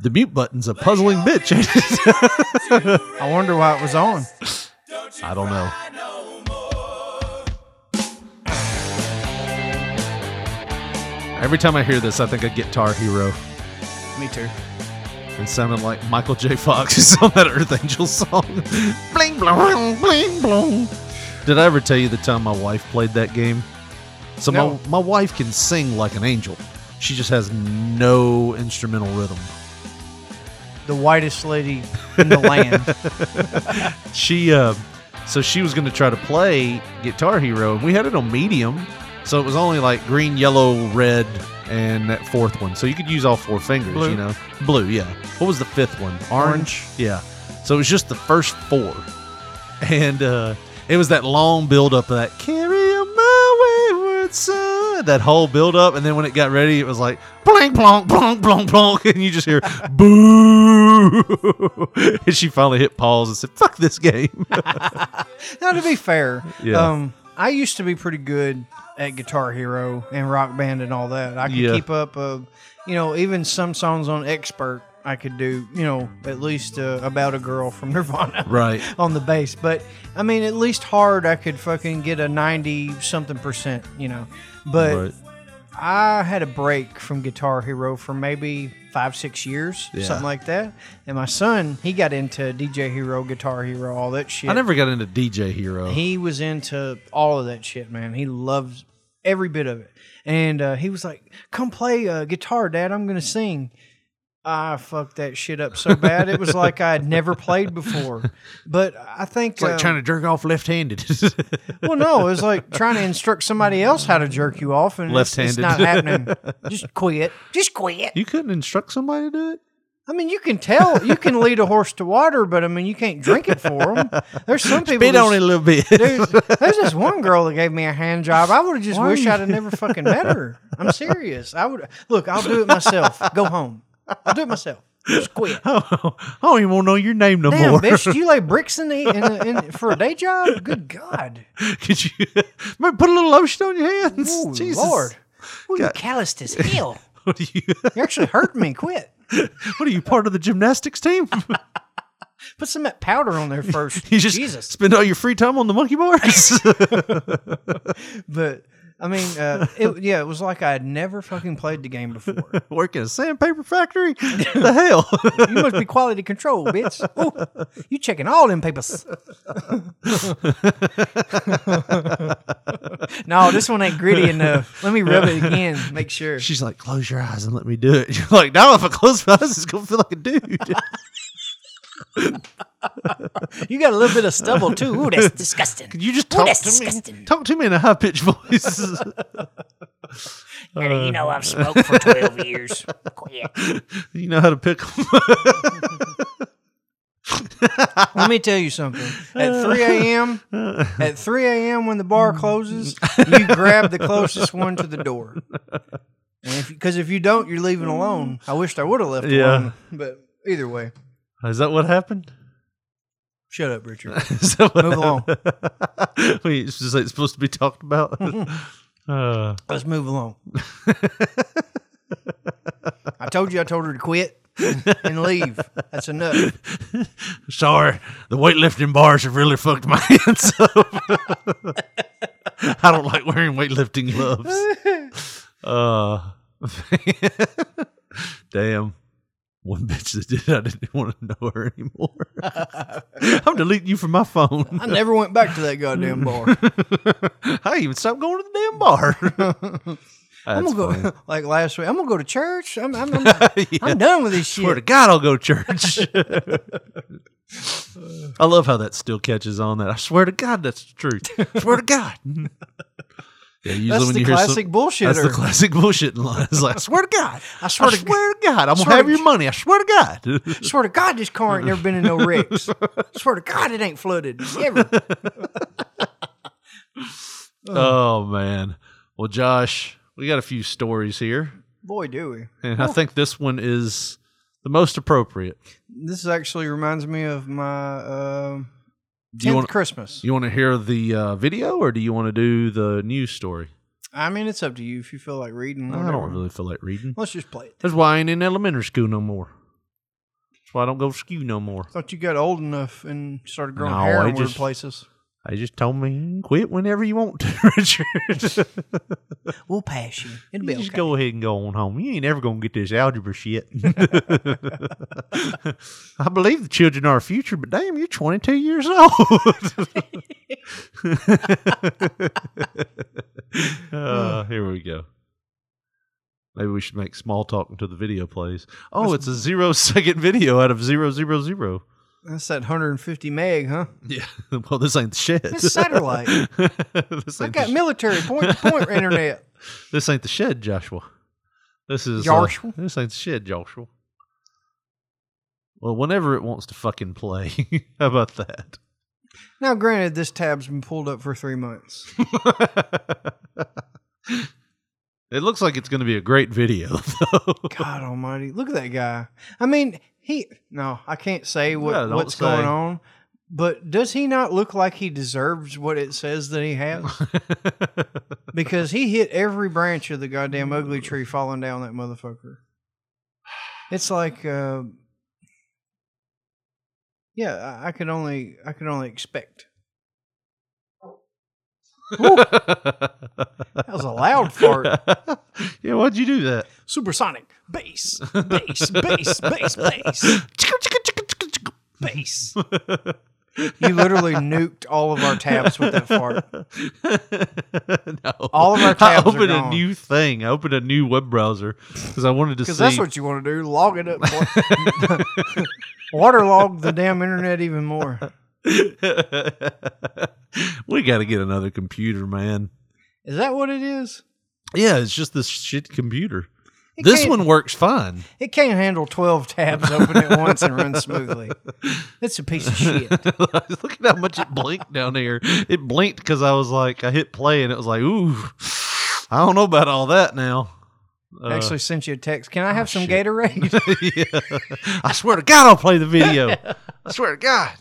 C: The mute button's a puzzling bitch.
D: I wonder why it was on.
C: I don't know. Every time I hear this, I think of Guitar Hero
D: Me too.
C: and sounding like Michael J. Fox is on that Earth Angel song. bling, blong, bling, blong. Did I ever tell you the time my wife played that game? So
D: No.
C: my, my wife can sing like an angel. She just has no instrumental rhythm.
D: The whitest lady in the land.
C: she uh, so she was going to try to play Guitar Hero, and we had it on medium, so it was only like green, yellow, red, and that fourth one. So you could use all four fingers,
D: Blue.
C: you know, blue. Yeah. What was the fifth one?
D: Orange.
C: Yeah. So it was just the first four, and uh, it was that long build up of that carry on my wayward son. That whole build up, and then when it got ready, it was like blink, blonk, blonk, blonk, blonk, and you just hear boo. and she finally hit pause and said, "Fuck this game."
D: Now, to be fair,
C: Yeah.
D: um, I used to be pretty good at Guitar Hero and Rock Band and all that. I could
C: Yeah.
D: keep up, uh, you know, even some songs on Expert. I could do, you know, at least uh, about a girl from Nirvana
C: right.
D: on the bass. But I mean, at least hard, I could fucking get a ninety something percent, you know. But
C: Right.
D: I had a break from Guitar Hero for maybe five, six years, something like that. And my son, he got into DJ Hero, Guitar Hero, all that shit.
C: I never got into DJ Hero.
D: He was into all of that shit, man. He loves every bit of it. And uh, he was like, "Come play uh, guitar, Dad. I'm gonna sing." I fucked that shit up so bad. It was like I had never played before. But I think uh,
C: it's like trying to jerk off left-handed.
D: well, no, it was like trying to instruct somebody else how to jerk you off, and it's, it's
C: Left-handed.
D: not happening. Just quit. Just quit.
C: you couldn't instruct somebody to do it.
D: I mean, you can tell you can lead a horse to water, but I mean, you can't drink it for them. There's some people.
C: Bit
D: that's-
C: on it a little bit.
D: There's, there's this one girl that gave me a hand job. I would have just wished I'd have never fucking met her. I'm serious. I would look. I'll do it myself. Go home. I'll do it myself. Just quit.
C: I don't even want to know your name no
D: Damn,
C: more.
D: bitch, you lay bricks in the in, the- in for a day job? Good God,
C: Could you man, put a little lotion on your hands?
D: Ooh,
C: Jesus.
D: Lord, Ooh, you
C: God.
D: calloused as hell.
C: What are you?
D: You actually hurt me. Quit.
C: What are you part of the gymnastics team?
D: Put some of that powder on there first.
C: You just
D: Jesus.
C: spend all your free time on the monkey bars.
D: But I mean, uh, it, yeah, it was like I had never fucking played the game before.
C: Work at a sandpaper factory? the hell?
D: You must be quality control, bitch. Ooh, you checking all them papers. no, this one ain't gritty enough. Let me rub it again, make sure.
C: She's like, close your eyes and let me do it. You're like, no, if I close my eyes, it's gonna feel like a dude.
D: You got a little bit of stubble too. Ooh, that's disgusting.
C: Could you just talk
G: that's
C: to me?
G: disgusting.
C: Talk to me in a high pitched voice.
G: And you
D: Uh.
G: know I've smoked for 12 years. Quit.
C: Uh, you know how to pick 'em.
D: Let me tell you something. At 3 a.m., at 3 a.m. when the bar closes, you grab the closest one to the door. Because if, you don't, you're leaving alone. I wished I would have left
C: Yeah.
D: alone. But either way,
C: Is that what happened?
D: shut up, Richard.
C: Is that what
D: Move along.
C: happened? Wait, it's just like it's supposed to be talked about. uh,
D: Let's move along. I told you I told her to quit and leave. That's enough.
C: sorry, the weightlifting bars have really fucked my hands up. I don't like wearing weightlifting gloves. Uh, damn. One bitch that did, I didn't want to know her anymore. I'm deleting you from my phone.
D: I never went back to that goddamn bar.
C: I even stopped going to the damn bar.
D: I'm
C: That's
D: gonna go
C: funny.
D: like last week. I'm gonna go to church. I'm I'm, I'm, I'm done with this
C: Swear to
D: shit.
C: God, I'll go to church. I love how that still catches on. That I swear to God, that's the truth. swear to God. Yeah, usually
D: That's
C: when
D: the
C: you hear some-
D: classic
C: that's the
D: bullshitter.
C: classic bullshit line. It's like, I swear to God, I
D: swear
C: swear,
D: to
C: to, God, I'm
D: swear
C: gonna have
D: to
C: your
D: G-
C: money. I swear to God.
D: Swear to God, this car ain't never been in no wrecks. Swear to God, it ain't flooded ever.
C: oh man. Well, Josh, we got a few stories here,
D: Boy, do we.
C: and I think this one is the most appropriate.
D: This actually reminds me of my um
C: Do you
D: tenth
C: want
D: Christmas.
C: you want to hear the uh, video, or do you want to do the news story?
D: I mean, it's up to you if you feel like reading.
C: I
D: whatever.
C: don't really feel like reading.
D: Let's just play it.
C: That's why I ain't in elementary school no more. That's why I don't go to school no more.
D: Thought you got old enough and started growing
C: No,
D: hair
C: I
D: in weird
C: just-
D: places.
C: They just told me quit whenever you want to, Richard.
D: We'll pass you. It'll
C: You
D: be
C: just
D: okay.
C: go ahead and go on home. You ain't ever gonna get this algebra shit. I believe the children are our future, but damn, you're 22 years old. Uh, here we go. Maybe we should make small talk until the video plays. Oh, it's a zero second video out of zero zero zero.
D: That's that 150 meg, huh?
C: Yeah. Well, this ain't the shit.
D: It's satellite.
C: this,
D: I
C: ain't
D: got
C: the,
D: military point to point internet.
C: sh- this ain't the shed, Joshua. This is uh,
D: Joshua?
C: this ain't the shed, Joshua. Well, whenever it wants to fucking play, how about that?
D: Now, granted, this tab's been pulled up for three months.
C: it looks like it's going to be a great video, though.
D: God Almighty, look at that guy. I mean, he. No, I can't say what,
C: No, don't
D: what's
C: say.
D: going on. But does he not look like he deserves what it says that he has? because he hit every branch of the goddamn ugly tree falling down that motherfucker. It's like, uh, yeah, I- I could only, I could only expect. That was a loud fart.
C: yeah, why'd you do that?
D: supersonic bass, bass, bass, bass, bass, bass. You literally nuked all of our tabs with that fart.
C: no.
D: All of our tabs
C: I
D: are
C: opened a
D: gone.
C: new thing. I opened a new web browser because I wanted to see.
D: Because that's what you want to do. Log it up. Waterlog the damn internet even more.
C: we got to get another computer, man.
D: Is that what it is?
C: Yeah, it's just this shit computer.
D: It
C: this
D: can't-
C: one works fine.
D: It can't handle 12 tabs open at once and run smoothly. It's a piece of shit.
C: Look at how much it blinked down here. It blinked because I was like, I hit play and it was like, ooh, I don't know about all that now. Uh,
D: I actually sent you a text. Can I have some Gatorade?
C: yeah. I swear to God, I'll play the video. I swear to God.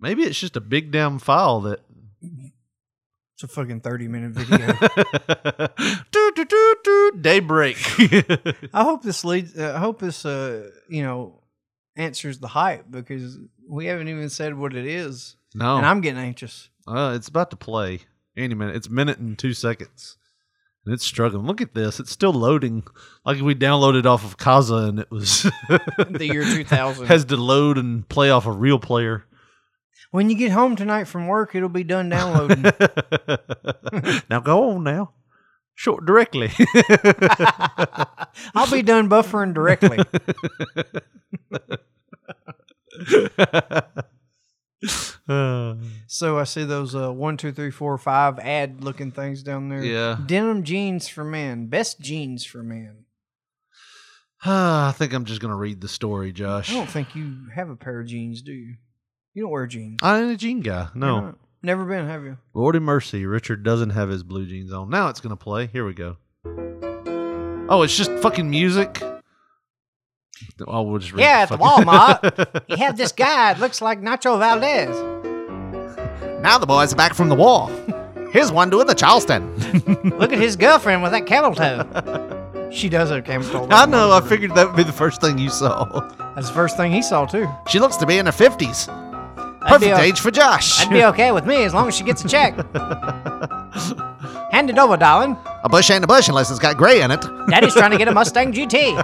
C: Maybe it's just a big damn file that.
D: It's a fucking 30 minute video.
C: Doo, doo, doo, doo, daybreak.
D: I hope this leads. Uh, I hope this, uh, you know, answers the hype because we haven't even said what it is,
C: no,
D: Oh. and I'm getting anxious.
C: Uh, it's about to play any minute. It's a minute and two seconds. And it's struggling. Look at this. It's still loading. Like we downloaded off of Kaza and it was
D: The year 2000.
C: has to load and play off a real player.
D: when you get home tonight from work, it'll be done downloading.
C: now go on now. Short directly.
D: I'll be done buffering directly.
C: Uh,
D: So I see those uh, one, two, three, four, five ad looking things down there.
C: yeah.
D: Denim jeans for men. Best jeans for men.
C: Ah, I think I'm just gonna read the story, Josh.
D: I don't think you have a pair of jeans, do you? You don't wear jeans.
C: I ain't a jean guy.
D: You're
C: Uh, No.
D: not. Never been, have you?
C: Lordy mercy, Richard doesn't have his blue jeans on. Now it's gonna play. Here we go. Oh, it's just fucking music. Oh, we'll just read
D: Yeah,
C: the
D: at the
C: fucking-
D: Walmart. You have this guy. It looks like Nacho Valdez.
A: Now the boys are back from the war. Here's one doing the Charleston.
D: Look at his girlfriend with that camel toe. She does have a camel toe.
C: I know. I figured that would be the first thing you saw.
D: That's the first thing he saw too.
A: She looks to be in her 50s.
D: That'd be
A: Perfect
D: o-
A: age for Josh.
D: That'd be okay with me as long as she gets a check. Hand it over, darling.
A: A bush ain't a bush unless it's got gray in it.
D: Daddy's trying to get a Mustang GT.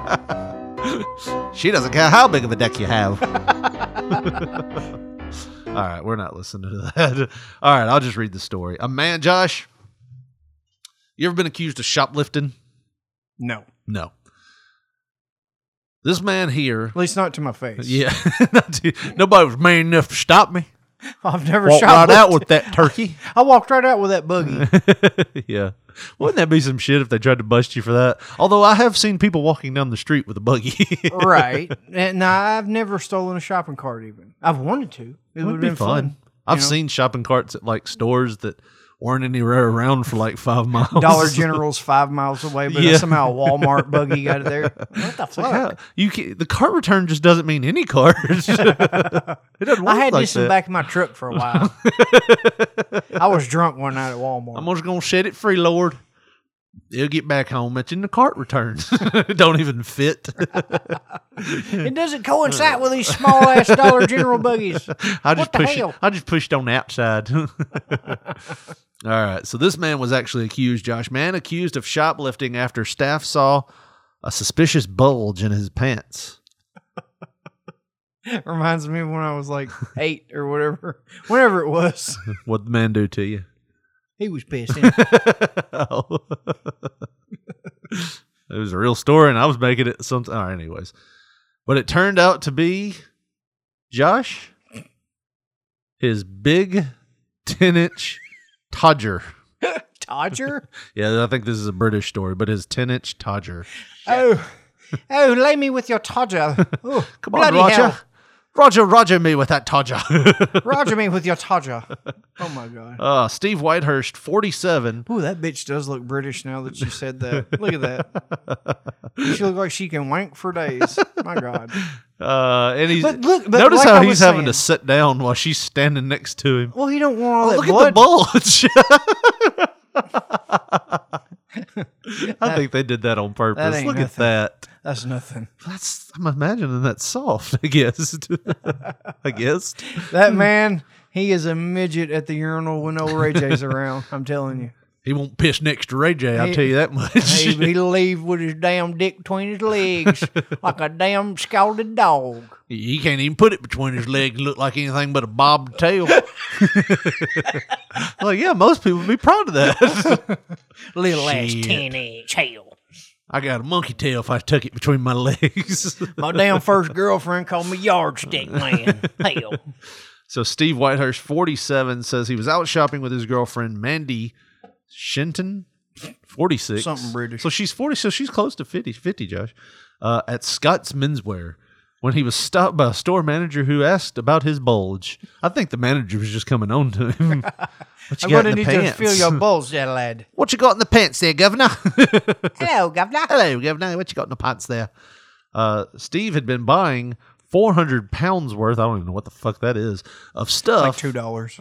A: She doesn't care how big of a deck you have.
C: All right, we're not listening to that. All right, I'll just read the story. A man, Josh. You ever been accused of shoplifting?
D: No, at
C: No. This man here.
D: least not to my face.
C: Yeah, not too- nobody was man enough to stop me.
D: I've never
C: Walked
D: shot
C: right out with that turkey.
D: I walked right out with that buggy.
C: yeah. Wouldn't that be some shit if they tried to bust you for that? Although I have seen people walking down the street with a buggy.
D: right. And now I've never stolen a shopping cart even. I've wanted to. It would have
C: be
D: been fun.
C: I've
D: you know?
C: seen shopping carts at like stores that weren't anywhere around for like five miles.
D: Dollar General's five miles away, but
C: Yeah.
D: somehow a Walmart buggy got it there. What the fuck?
C: Yeah, you can, the cart return just doesn't mean any cart. it doesn't work
D: I had
C: like
D: this in
C: that.
D: the back of my truck for a while. I was drunk one night at Walmart.
C: I'm just gonna set it free, Lord. They'll get back home. It's in the cart returns. it don't even fit.
D: it doesn't coincide with these small ass Dollar General buggies.
C: I just
D: the
C: pushed.
D: hell?
C: It, I just pushed on the outside. All right. So this man was actually accused. Josh, man, accused of shoplifting after staff saw a suspicious bulge in his pants.
D: Reminds me of when I was like eight or whatever, whatever it was.
C: What'd the man do to you?
D: He was pissed. in.
C: Oh. it was a real story, and I was making it something. All right, anyways, but it turned out to be Josh, his big ten-inch Todger.
D: Todger?
C: Yeah, I think this is a British story, but his ten-inch Todger.
D: Oh, oh, lay me with your Todger. Oh,
C: Come on,
D: bloody
C: Roger.
D: hell.
C: Roger, Roger me with that Todger.
D: Roger me with your Todger. Oh my god.
C: uh, Steve Whitehurst, 47.
D: Ooh, that bitch does look British now that you said that. Look at that. She look like she can wank for days. My God.
C: Uh, and he's
D: But look, but
C: notice
D: like
C: how
D: I
C: he's
D: was
C: having to
D: saying-
C: sit down while she's standing next to him.
D: Well, he don't want all
C: Oh,
D: that
C: look
D: blood.
C: at the bulge. I think they did that on purpose.
D: ain't
C: look at
D: nothing.
C: that.
D: That's nothing.
C: That's I'm imagining that's soft, I guess. I guess.
D: That man, he is a midget at the urinal when old Ray J's around. I'm telling you.
C: He won't piss next to Ray J, I'll
D: He-
C: tell you that much.
D: He, he'll leave with his damn dick between his legs like a damn scalded dog.
C: he can't even put it between his legs and look like anything but a bobbed tail. like, yeah, most people would be proud of that.
D: Little ass
C: Shit.
G: Ten inch hell.
C: I got a monkey tail if I tuck it between my legs.
D: My damn first girlfriend called me yardstick.
G: Yardstick man. hell.
C: So Steve Whitehurst, 47, says he was out shopping with his girlfriend Mandy Shinton, 46.
D: Something British.
C: So she's 40, so she's close to 50, 50 Josh, uh, at Scott's Menswear when he was stopped by a store manager who asked about his bulge. I think the manager was just coming on to him. What you
D: I'm
C: got
D: going to
C: in the
D: need you to
C: pants?
D: feel your balls, that lad.
C: what you got in the pants there, Governor?
D: Hello, governor.
C: Hello, Governor. What you got in the pants there? Uh, Steve had been buying 400 pounds worth, I don't even know what the fuck that is, of stuff.
D: Like $2.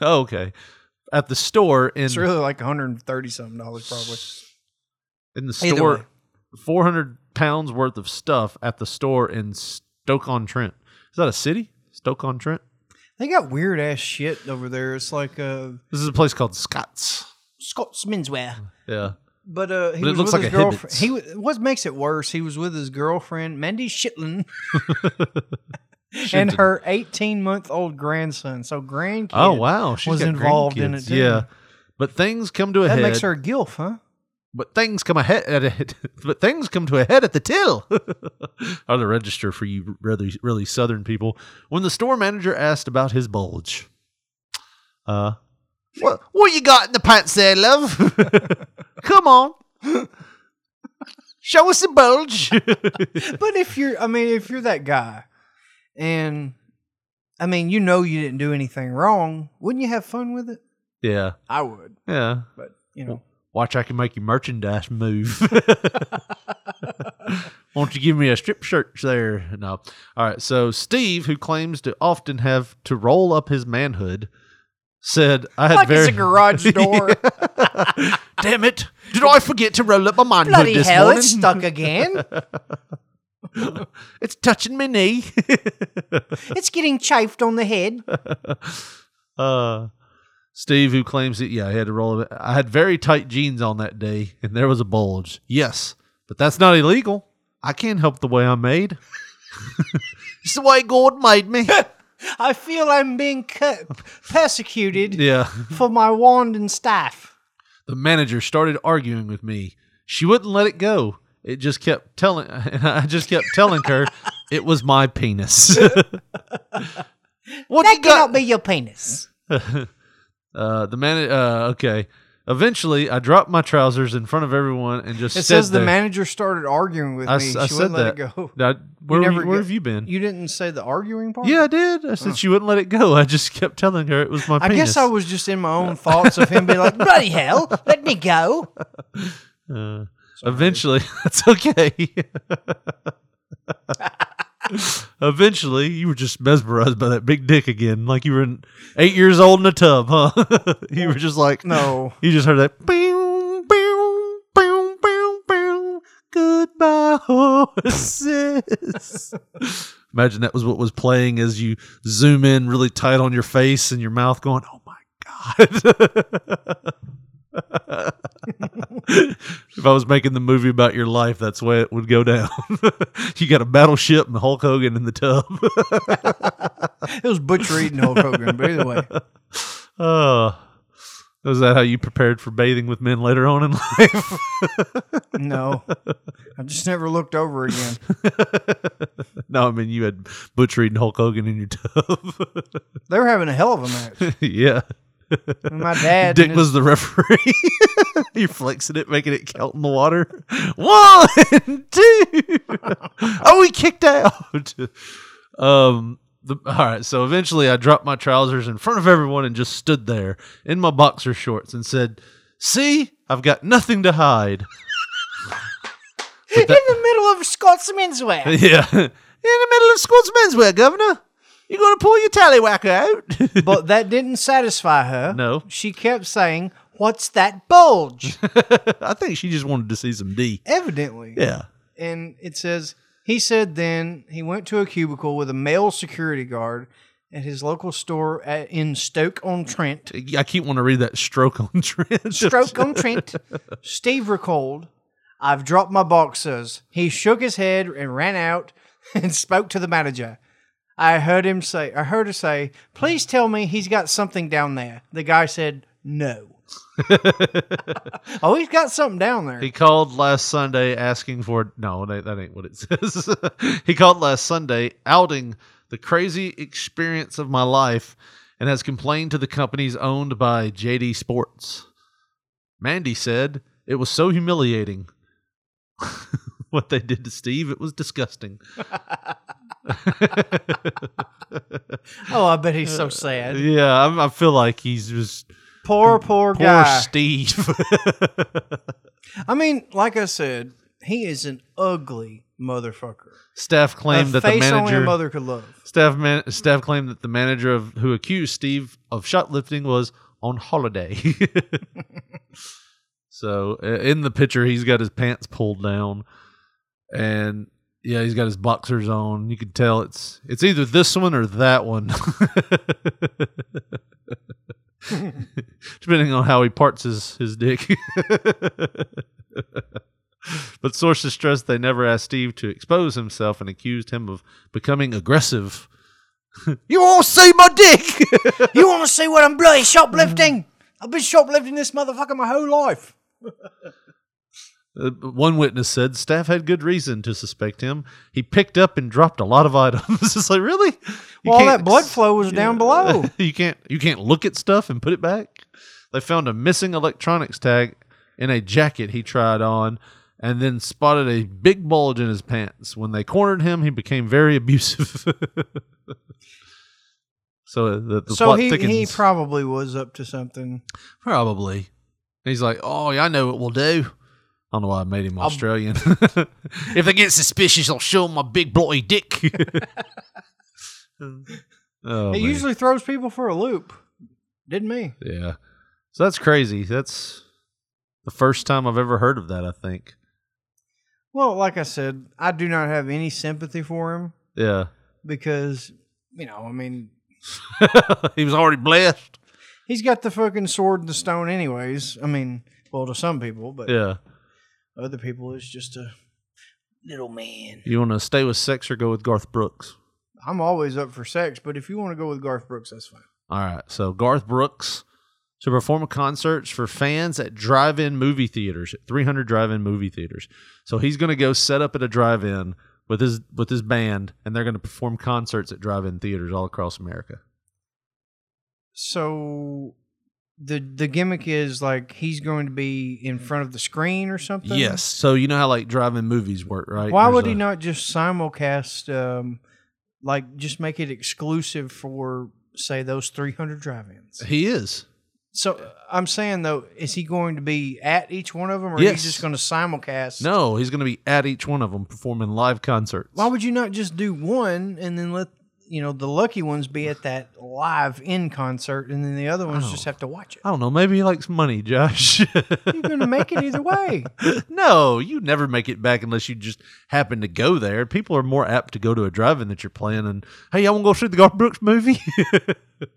C: Oh, okay. At the store in
D: It's really like 130 something dollars probably.
C: in the
D: Either
C: store,
D: way.
C: four hundred pounds worth of stuff at the store in Stoke on Trent. Is that a city? Stoke on Trent.
D: I They got weird ass shit over there. It's like uh,
C: This is a place called Scott's.
D: Scots menswear.
C: Yeah.
D: But uh, he
C: But it
D: was
C: looks
D: with
C: like
D: his
C: a
D: girlfriend.
C: Hibbets.
D: He wa- what makes it worse? He was with his girlfriend Mandy Shitlin and
C: Shitton.
D: her 18 month old grandson. So grandkid.
C: Oh wow, she
D: was involved in it, too.
C: Yeah, but things come to a
D: that
C: head.
D: makes her a gilf, huh?
C: but things come ahead. At a, but things come to a head at the till. or the register for you, really, really southern people. When the store manager asked about his bulge, uh, what what you got in the pants there, love? come on, show us the bulge.
D: But if you're, I mean, if you're that guy, and I mean, you know, you didn't do anything wrong, wouldn't you have fun with it?
C: yeah,
D: I would,
C: yeah.
D: but you know,
C: Watch, I can make your merchandise move. Won't you give me a strip search there? No. All right. So, Steve, who claims to often have to roll up his manhood, said, I had
D: like
C: very.
D: it's a garage door.
C: Damn it. Did I forget to roll up my manhood
D: Bloody
C: this
D: hell,
C: morning?
D: it's stuck again.
C: It's touching my knee.
D: it's getting chafed on the head.
C: uh, Steve, who claims that, yeah, I had to roll. I had very tight jeans on that day, and there was a bulge. Yes, but that's not illegal. I can't help the way I'm made. it's the way God made me.
D: I feel I'm being cut, persecuted
C: yeah.
D: for my wand and staff.
C: The manager started arguing with me. She wouldn't let it go. It just kept telling, and I just kept telling her it was my penis. what
D: That
C: you got?
D: cannot be your penis.
C: Uh, the man. Uh, okay. Eventually, I dropped my trousers in front of everyone and just
D: It
C: said
D: says the
C: there-
D: manager started arguing with
C: I,
D: me.
C: s-
D: she
C: I said
D: wouldn't
C: that.
D: let it go.
C: Now, where were
D: never
C: you- where
D: get-
C: have you been?
D: You didn't say the arguing part?
C: yeah, I did. I said she wouldn't let it go. I just kept telling her it was my
D: I
C: penis.
D: guess I was just in my own thoughts of him being like, bloody hell, let me go.
C: Uh, eventually, that's okay. eventually, you were just mesmerized by that big dick again, like you were in, eight years old in a tub, huh? you were just like,
D: No.
C: You just heard that. Boom, boom, boom, boom, boom. Goodbye, horses. Imagine that was what was playing as you zoom in really tight on your face and your mouth going, oh my God. if I was making the movie about your life, that's the way it would go down. you got a battleship and Hulk Hogan in the tub.
D: It was Butch Reed and Hulk Hogan, but either way.
C: oh. Was that how you prepared for bathing with men later on in life?
D: No. I just never looked over again.
C: No, I mean you had Butch Reed and Hulk Hogan in your tub.
D: They were having a hell of a match.
C: yeah,
D: And my dad
C: Dick
D: and his-
C: was the referee. You're flexing it, making it count in the water. One, two. oh, he kicked out. Um. The, all right. So eventually, I dropped my trousers in front of everyone and just stood there in my boxer shorts and said, "See, I've got nothing to hide."
D: in the middle of Scots menswear.
C: yeah. In the middle of Scots menswear, Governor. You're going to pull your tallywhacker out.
D: But that didn't satisfy her.
C: No.
D: She kept saying, What's that bulge?
C: I think she just wanted to see some D.
D: Evidently.
C: Yeah.
D: And it says, He said then he went to a cubicle with a male security guard at his local store at, in Stoke on Trent.
C: I keep wanting to read that stroke on trend.
D: Stroke on Trent. Steve recalled, I've dropped my boxes. He shook his head and ran out and spoke to the manager. I heard him say, I heard her say, please tell me he's got something down there. The guy said, no. oh, he's got something down there.
C: He called last Sunday asking for no, that, that ain't what it says. he called last Sunday outing the crazy experience of my life and has complained to the companies owned by JD Sports. Mandy said it was so humiliating. what they did to Steve, it was disgusting.
D: oh, I bet he's so sad.
C: Yeah, I, I feel like he's just
D: Poor, poor,
C: poor
D: guy.
C: Steve.
D: I mean, like I said, he is an ugly motherfucker.
C: Staff
D: A
C: claimed that the
D: face only a
C: manager
D: mother could love.
C: Staff man- staff claimed that the manager of who accused Steve of shoplifting was on holiday. so uh, in the picture, he's got his pants pulled down, and Yeah, he's got his boxers on. You could tell it's it's either this one or that one. Depending on how he parts his, his dick. but sources stress they never asked Steve to expose himself and accused him of becoming aggressive. you won't see my dick.
D: You want to see what I'm bloody shoplifting? I've been shoplifting this motherfucker my whole life.
C: Uh, One witness said staff had good reason to suspect him. He picked up and dropped a lot of items. it's like really? You
D: Well, all
C: can't-
D: that blood flow was down below.
C: you can't you can't look at stuff and put it back. They found a missing electronics tag in a jacket he tried on, and then spotted a big bulge in his pants. When they cornered him, he became very abusive. so uh, the, the
D: so
C: plot
D: he,
C: thickens.
D: he probably was up to something.
C: Probably. And he's like, oh, yeah, I know what we'll do. I don't know why I made him Australian. if they get suspicious, I'll show them my big bloody dick. oh,
D: it
C: man.
D: usually throws people for a loop. Didn't me?
C: Yeah. So that's crazy. That's the first time I've ever heard of that, I think.
D: Well, like I said, I do not have any sympathy for him
C: Yeah.
D: because, you know, I mean,
C: he was already blessed.
D: he's got the fucking sword and the stone, anyways. I mean, well, to some people, but
C: Yeah.
D: other people, it's just a little man.
C: You want to stay with sex or go with Garth Brooks?
D: I'm always up for sex, but if you want to go with Garth Brooks, that's fine.
C: All right. So Garth Brooks to perform concerts for fans at drive-in movie theaters, at 300 drive-in movie theaters. So he's going to go set up at a drive-in with his with his band, and they're going to perform concerts at drive-in theaters all across America.
D: So the the gimmick is like he's going to be in front of the screen or something.
C: Yes. So you know how like drive-in movies work, right?
D: Why
C: There's
D: would
C: a-
D: he not just simulcast, um, like just make it exclusive for, say, those 300 drive ins?
C: He is.
D: So uh, I'm saying, though, is he going to be at each one of them or is
C: Yes.
D: he just going to simulcast?
C: No, he's going to be at each one of them performing live concerts.
D: Why would you not just do one and then let, you know, the lucky ones be at that live in concert and then the other ones
C: Oh.
D: just have to watch it?
C: I don't know. Maybe he likes money, Josh.
D: You're going to make it either way.
C: no, you never make it back unless you just happen to go there. People are more apt to go to a drive-in that you're playing. And hey, I want to go see the Garth Brooks movie.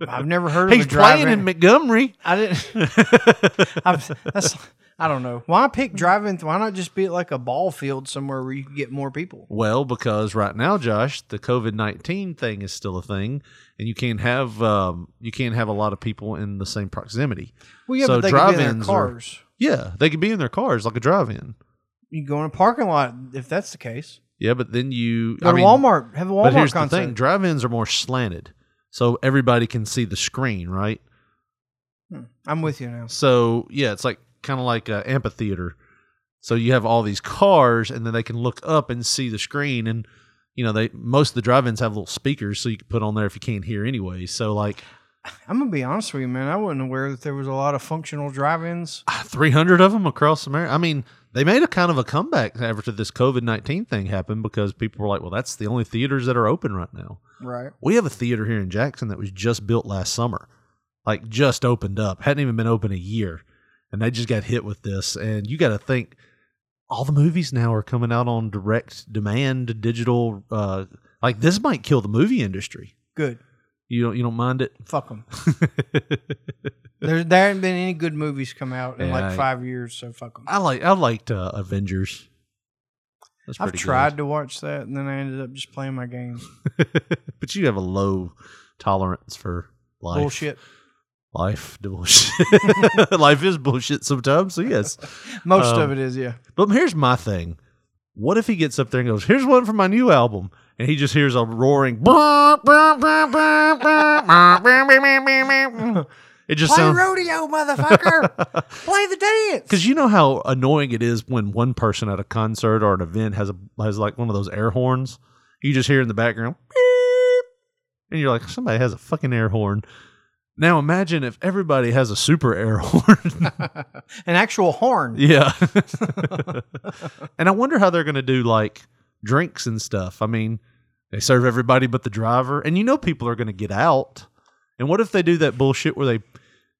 D: I've never heard of
C: He's
D: a drive
C: playing in Montgomery.
D: I didn't. I've, that's, I don't know. Why pick driving? Why not just be at like a ball field somewhere where you can get more people?
C: Well, because right now, Josh, the COVID nineteen thing is still a thing, and you can't have um, you can't have a lot of people in the same proximity.
D: Well, yeah,
C: So
D: but they could be in
C: drive-ins
D: their
C: are-
D: cars.
C: Yeah, they could be in their cars like a drive-in.
D: You can go in a parking lot if that's the case.
C: Yeah, but then you
D: Go
C: I
D: to
C: mean-
D: Walmart. Have a Walmart
C: but here's
D: concert.
C: the thing: drive-ins are more slanted, so everybody can see the screen, right?
D: I'm with you now.
C: So yeah, it's like kind of like an amphitheater. So you have all these cars, and then they can look up and see the screen. And you know, they most of the drive-ins have little speakers, so you can put on there if you can't hear anyway. So like
D: I'm gonna be honest with you, man. I wasn't aware that there was a lot of functional drive-ins.
C: ah, three hundred of them across America. I mean, they made a kind of a comeback after this COVID nineteen thing happened because people were like, "Well, that's the only theaters that are open right now."
D: Right.
C: We have a theater here in Jackson that was just built last summer, like just opened up, hadn't even been open a year, and they just got hit with this. And you got to think, all the movies now are coming out on direct demand, digital. Uh, like this might kill the movie industry.
D: Good.
C: You don't you don't mind it?
D: Fuck them. there, there haven't been any good movies come out in
C: Yeah,
D: like
C: I-
D: five years, so fuck them.
C: I like I liked uh, Avengers. That's
D: I've
C: pretty good.
D: tried to watch that, and then I ended up just playing my game.
C: but you have a low tolerance for life.
D: Bullshit.
C: Life bullshit. life is bullshit sometimes. So yes.
D: Most
C: Um,
D: of it is, yeah.
C: But here's my thing. What if he gets up there and goes, "Here's one from my new album," and he just hears a roaring. it just
D: Play
C: sounds
D: rodeo, motherfucker. Play the dance.
C: because you know how annoying it is when one person at a concert or an event has a has like one of those air horns. You just hear in the background, "Beep," and you're like, somebody has a fucking air horn. Now imagine if everybody has a super air horn.
D: an actual horn.
C: yeah. and I wonder how they're going to do like drinks and stuff. I mean, they serve everybody but the driver, and you know people are going to get out. And what if they do that bullshit where they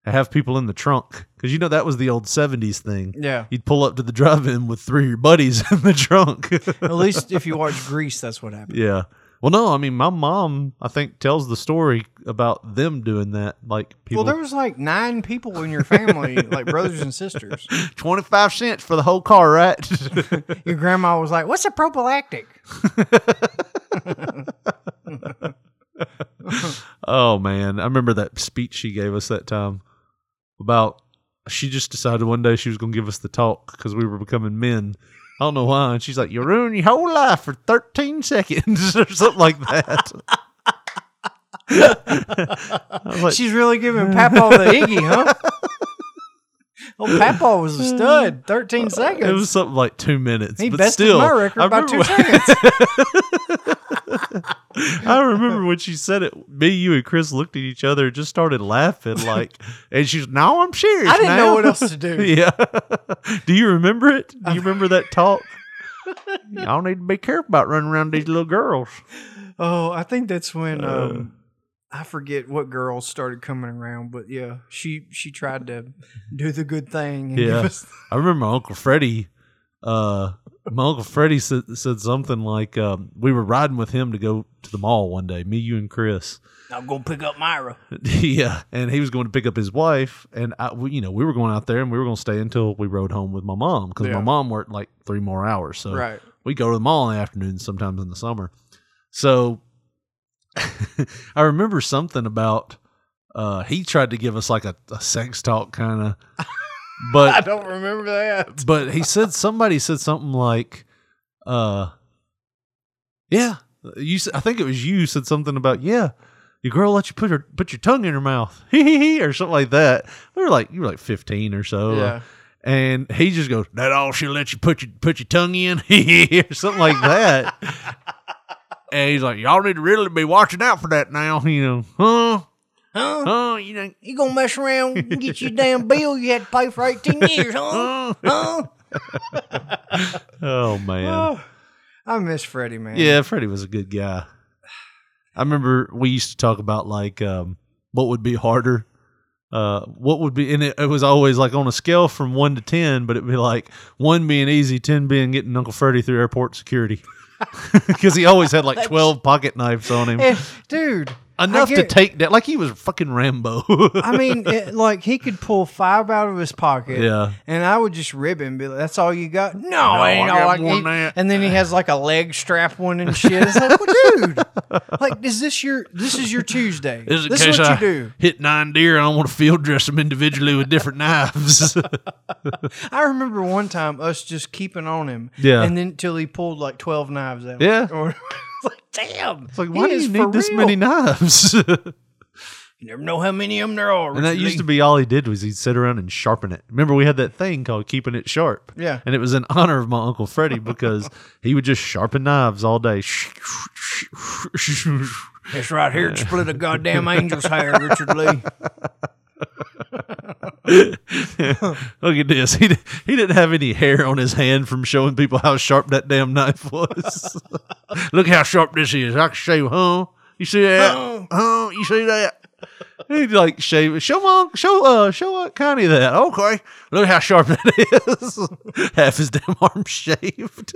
C: and have people in the trunk because you know that was the old '70s thing.
D: Yeah.
C: you'd pull up to the drive-in with three of your buddies in the trunk.
D: At least if you watch Grease, that's what happened.
C: yeah. Well, no, I mean, my mom, I think, tells the story about them doing that. Like people,
D: Well, there was like nine people in your family, like brothers and sisters.
C: twenty-five cents for the whole car, right?
D: Your grandma was like, "What's a prophylactic?"
C: Oh man, I remember that speech she gave us that time about she just decided one day she was going to give us the talk because we were becoming men. I don't know why. And she's like, "You ruin your whole life for 13 seconds or something like that." I was like,
D: She's really giving Papaw the Iggy, huh? Well, Papaw was a stud. Thirteen seconds.
C: Uh, it was something like two minutes.
D: he
C: but
D: bested
C: still,
D: my record
C: I
D: by
C: remember
D: two
C: when-
D: seconds.
C: I remember when she said it. Me, you, and Chris looked at each other and just started laughing. Like, and she's, "No, I'm serious."
D: I didn't
C: now."
D: know what else to do.
C: yeah. Do you remember it? Do you remember that talk? Y'all need to be careful about running around these little girls.
D: Oh, I think that's when um, I forget what girl started coming around, but yeah, she she tried to do the good thing. and give
C: Yeah.
D: us-
C: I remember my Uncle Freddie. Uh, my Uncle Freddie said, said something like, um, we were riding with him to go to the mall one day, me, you, and Chris.
G: I'm gonna pick up Myra.
C: yeah. And he was going to pick up his wife. And, I, we, you know, we were going out there and we were going to stay until we rode home with my mom because
D: Yeah.
C: my mom worked like three more hours. So,
D: right.
C: we go to the mall in the afternoon sometimes in the summer. So I remember something about uh he tried to give us like a, a sex talk kind of
D: I
C: but
D: don't remember that.
C: but he said somebody said something like uh yeah you s- I think it was you said something about yeah your girl let you put her put your tongue in her mouth hee hee hee or something like that we were like you were like 15 or so
D: Yeah.
C: and he just goes, "That all she let you put your put your tongue in, or something like that." and he's like, "Y'all need to really be watching out for that now, you know, huh?
D: Huh?
C: Huh? You know,
D: You gonna mess around and get your damn bill you had to pay for eighteen years, huh?
C: huh?"
D: Huh?
C: oh man,
D: Oh, I miss Freddie, man.
C: yeah, Freddie was a good guy. I remember we used to talk about like um, what would be harder. Uh, what would be and it, it was always like on a scale from one to ten, but it'd be like one being easy, ten being getting Uncle Freddie through airport security because he always had like twelve pocket knives on him.
D: Eh, dude. I
C: enough to
D: get-
C: take down. Like he was fucking Rambo.
D: I mean, it, like he could pull five out of his pocket.
C: Yeah.
D: And I would just rib him, be like, "That's all you got? No, I ain't
C: got
D: all I
C: more
D: can
C: than
D: eat."
C: that.
D: And then he has like a leg strap one and shit. It's like, well, dude, like, is this your this is your Tuesday?
C: This is, in
D: is
C: case
D: what
C: I
D: you do.
C: hit nine deer. I don't want to field dress them individually with different knives.
D: I remember one time us just keeping on him.
C: Yeah.
D: And then till he pulled like twelve knives out.
C: Yeah.
D: Or, it's like, damn. It's
C: like, why do you need this many knives? and
D: You never know how many of them there are.
C: that
D: Richard
C: used
D: Lee.
C: to be all he did was he'd sit around and sharpen it. Remember, we had that thing called keeping it sharp.
D: Yeah.
C: and it was in honor of my uncle Freddie because he would just sharpen knives all day.
D: It's right here to split a goddamn angel's hair, Richard Lee.
C: Look at this. He, di- he didn't have any hair on his hand from showing people how sharp that damn knife was. Look how sharp this is. I can shave, huh? You see that? Huh? You see that? He'd like shave it. Show mom, show uh, show Aunt Connie that. Okay, look how sharp that is. Half his damn arm shaved,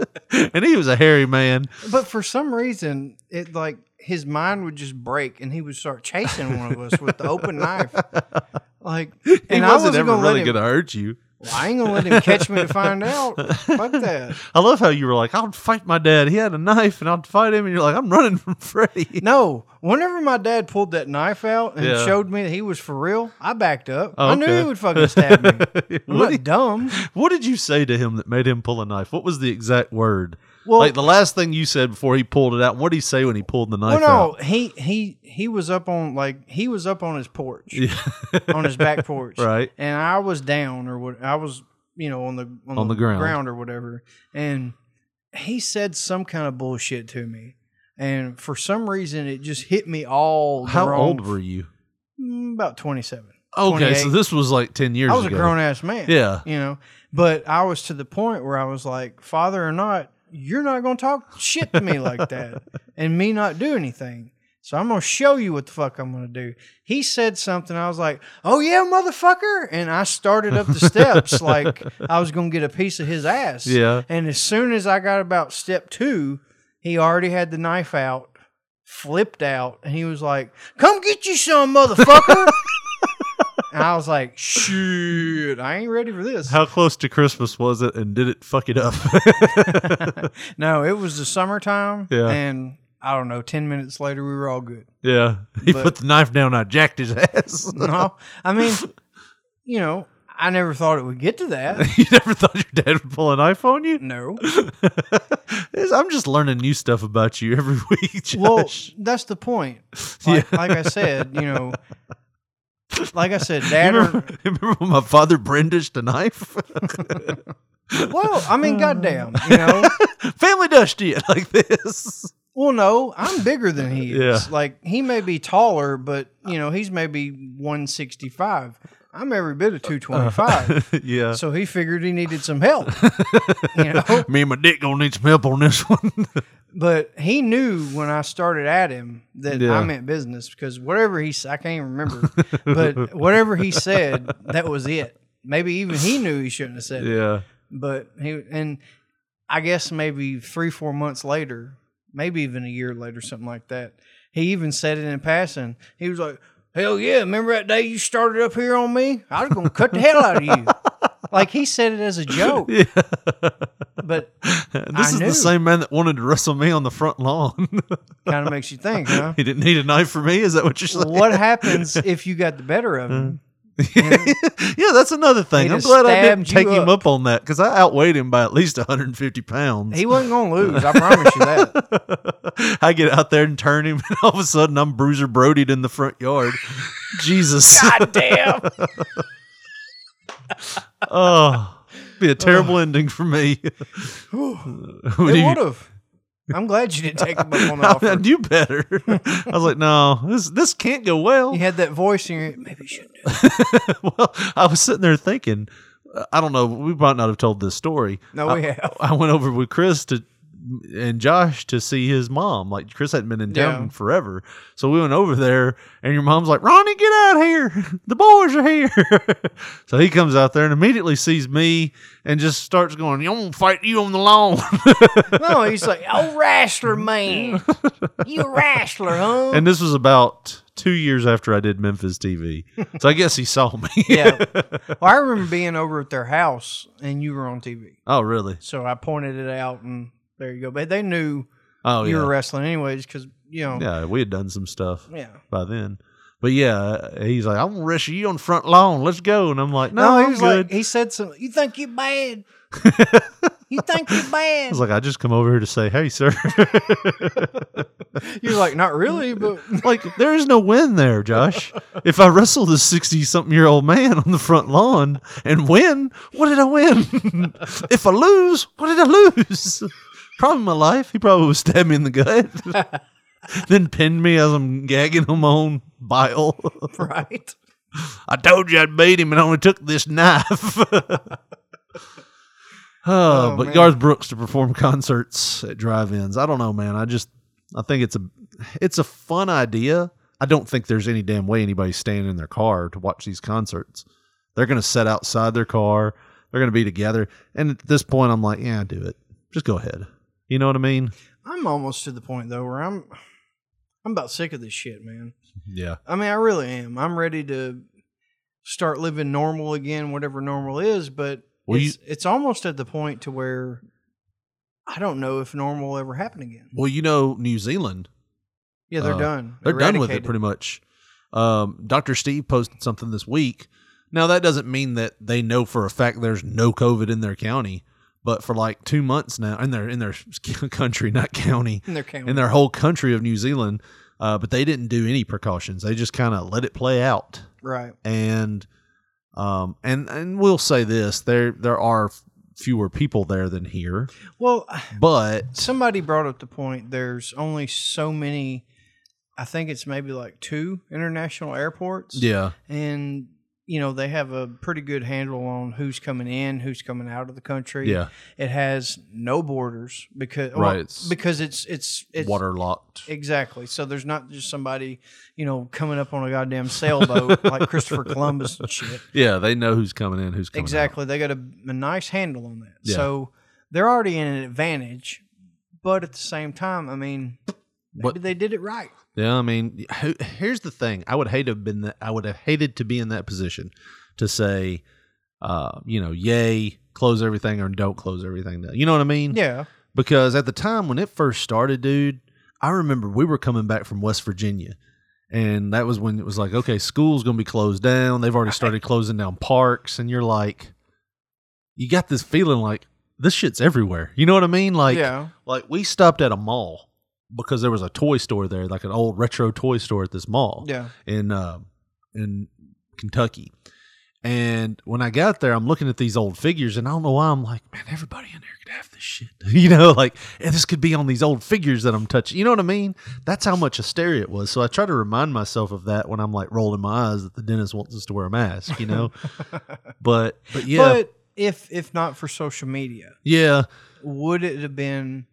C: and he was a hairy man.
D: But for some reason, it like his mind would just break, and he would start chasing one of us with the open knife. Like, and
C: He wasn't
D: I wasn't
C: ever
D: gonna
C: really
D: let him.
C: gonna hurt you.
D: Well, I ain't gonna let him catch me to find out. Fuck that.
C: I love how you were like, "I'll fight my dad. He had a knife, and I'll fight him." And you're like, "I'm running from Freddy."
D: No, whenever my dad pulled that knife out and
C: Yeah.
D: showed me that he was for real, I backed up.
C: Oh,
D: I knew
C: okay.
D: he would fucking stab me. I'm
C: What'd he-
D: not dumb.
C: What did you say to him that made him pull a knife? What was the exact word?
D: Well-
C: like the last thing you said before he pulled it out. What did he say when he pulled the knife
D: Well, no,
C: out?
D: he he he was up on like he was up on his porch, on his back porch,
C: Right.
D: And I was down or what? I was you know on the on,
C: On the ground.
D: or whatever. And he said some kind of bullshit to me, and for some reason it just hit me all. the
C: How
D: wrong-
C: old were you?
D: Mm, About twenty seven.
C: Okay, so this was like ten years.
D: I was
C: ago.
D: a grown ass man.
C: Yeah.
D: you know, but I was to the point where I was like, father or not, you're not going to talk shit to me like that, and me not do anything. So I'm gonna show you what the fuck I'm gonna do. He said something. I was like, "Oh yeah, motherfucker!" And I started up the steps like I was gonna get a piece of his ass.
C: Yeah.
D: And as soon as I got about step two, he already had the knife out, flipped out, and he was like, "Come get you some, motherfucker!" and I was like, "Shoot, I ain't ready for this."
C: How close to Christmas was it, and did it fuck it up?
D: no, it was the summertime.
C: Yeah.
D: And I don't know, 10 minutes later, we were all good.
C: yeah, he
D: But-
C: put the knife down. I jacked his ass.
D: No, I mean, you know, I never thought it would get to that.
C: you never thought your dad would pull a knife on you?
D: No.
C: I'm just learning new stuff about you every week, Josh.
D: Well, that's the point. Like, like I said, you know, like I said,
C: You
D: dad.
C: remember,
D: Or,
C: you remember when my father brandished a knife?
D: well, I mean, goddamn, you know.
C: Family dushed you like this.
D: Well, no, I'm bigger than he is.
C: Yeah.
D: Like he may be taller, but you know, he's maybe 165. I'm every bit of 225.
C: yeah.
D: So he figured he needed some help. you know,
C: Me and my dick gonna need some help on this one.
D: but he knew when I started at him that
C: Yeah.
D: I meant business because whatever he said, I can't even remember, but whatever he said, that was it. Maybe even he knew he shouldn't have said it.
C: yeah.
D: But he and I guess maybe three, four months later, maybe even a year later, something like that. He even said it in passing. He was like, "Hell yeah! Remember that day you started up here on me? I was gonna cut the hell out of you." Like he said it as a joke,
C: Yeah.
D: but
C: This
D: I
C: is
D: knew.
C: the same man that wanted to wrestle me on the front lawn.
D: kind of makes you think, huh?
C: he didn't need a knife for me. Is that what you're saying?
D: What happens if you got the better of him?
C: yeah, that's another thing.
D: He
C: I'm
D: just
C: glad I didn't
D: stabbed you
C: take him
D: up.
C: up on that because I outweighed him by at least 150 pounds.
D: He wasn't gonna lose. I promise you that.
C: I get out there and turn him, and all of a sudden I'm Bruiser Brodied in the front yard. Jesus.
G: God damn.
C: Oh, be a terrible ending for me. Would
D: It
C: you-
D: would have. I'm glad you didn't take him up on the
C: I, I
D: offer.
C: knew better. I was like, no, this this can't go well.
D: You had that voice in your maybe you shouldn't. do
C: well, I was sitting there thinking, uh, I don't know, we might not have told this story.
D: No,
C: I,
D: we have.
C: I went over with Chris to and Josh to see his mom. Like Chris hadn't been in town
D: Yeah.
C: forever, so we went over there, and your mom's like, "Ronnie, get out here! The boys are here!" so he comes out there and immediately sees me and just starts going, "You don't fight you on the lawn."
D: it. No, he's like, oh wrestler man, you a wrestler, huh?
C: and this was about two years after I did Memphis TV, so I guess he saw me.
D: yeah. Well, I remember being over at their house and you were on TV,
C: oh, really?
D: so I pointed it out, and there you go. But they knew
C: Oh,
D: you
C: yeah.
D: were wrestling anyways, because you know,
C: Yeah, we had done some stuff
D: yeah.
C: by then. But yeah, he's like, I'm gonna wrestle you on the front lawn. Let's go. And I'm like,
D: No,
C: No,
D: he
C: I'm
D: was
C: good.
D: like, he said something. You think you bad? you think you
C: I
D: bad?
C: was like, I just come over here to say, hey, sir.
D: You're like, not really, but
C: like, there is no win there, Josh. If I wrestle this 60 something year old man on the front lawn and win, what did I win? if I lose, what did I lose? Probably my life. He probably would stab me in the gut, then pinned me as I'm gagging on my own bile.
D: right.
C: I told you I'd beat him and only took this knife. oh, but
D: man.
C: Garth Brooks to perform concerts at drive-ins. I don't know, man. I just I think it's a it's a fun idea. I don't think there's any damn way anybody's staying in their car to watch these concerts. They're going to set outside their car. They're going to be together. And at this point I'm like, yeah, do it. Just go ahead. You know what I mean?
D: I'm almost to the point though where I'm, I'm about sick of this shit, man.
C: Yeah.
D: I mean, I really am. I'm ready to start living normal again, whatever normal is, but
C: Well, you-
D: it's, it's almost at the point to where I don't know if normal will ever happen again.
C: Well, you know, New Zealand
D: Yeah, they're
C: Uh,
D: done.
C: They're done with it
D: Eradicated.
C: pretty much. Um, Dr. Steve posted something this week. Now, that doesn't mean that they know for a fact there's no COVID in their county, but for like two months now, in their in their country, not county,
D: in their county.
C: in their whole country of New Zealand, uh, but they didn't do any precautions. They just kind of let it play out
D: right.
C: and um and and we'll say this there there are fewer people there than here,
D: Well,
C: but
D: somebody brought up the point. There's only so many. I think it's maybe like two international airports.
C: yeah,
D: and you know, they have a pretty good handle on who's coming in, who's coming out of the country.
C: Yeah.
D: It has no borders because
C: Right,
D: well,
C: it's
D: because it's it's it's
C: waterlocked.
D: Exactly. So there's not just somebody, you know, coming up on a goddamn sailboat like Christopher Columbus and shit.
C: Yeah, they know who's coming in, who's coming out.
D: Exactly. They got a, a nice handle on that.
C: Yeah.
D: So they're already in an advantage, but at the same time, I mean, maybe
C: What-
D: they did it right.
C: Yeah, I mean, who- here's the thing: I would hate to have been that. I would have hated to be in that position to say, uh, you know, yay, close everything or don't close everything down. You know what I mean?
D: Yeah.
C: Because at the time when it first started, dude, I remember we were coming back from West Virginia. And that was when it was like, okay, school's going to be closed down. They've already started closing down parks. And you're like, you got this feeling like this shit's everywhere. You know what I mean? Like,
D: yeah.
C: like we stopped at a mall because there was a toy store there, like an old retro toy store at this mall
D: Yeah.
C: in uh, in Kentucky. And when I got there, I'm looking at these old figures, and I don't know why I'm like, man, everybody in there could have this shit, you know, like and this could be on these old figures that I'm touching. You know what I mean? That's how much hysteria it was. So I try to remind myself of that when I'm like rolling my eyes that the dentist wants us to wear a mask, you know. but but yeah,
D: But if if not for social media,
C: yeah,
D: would it have been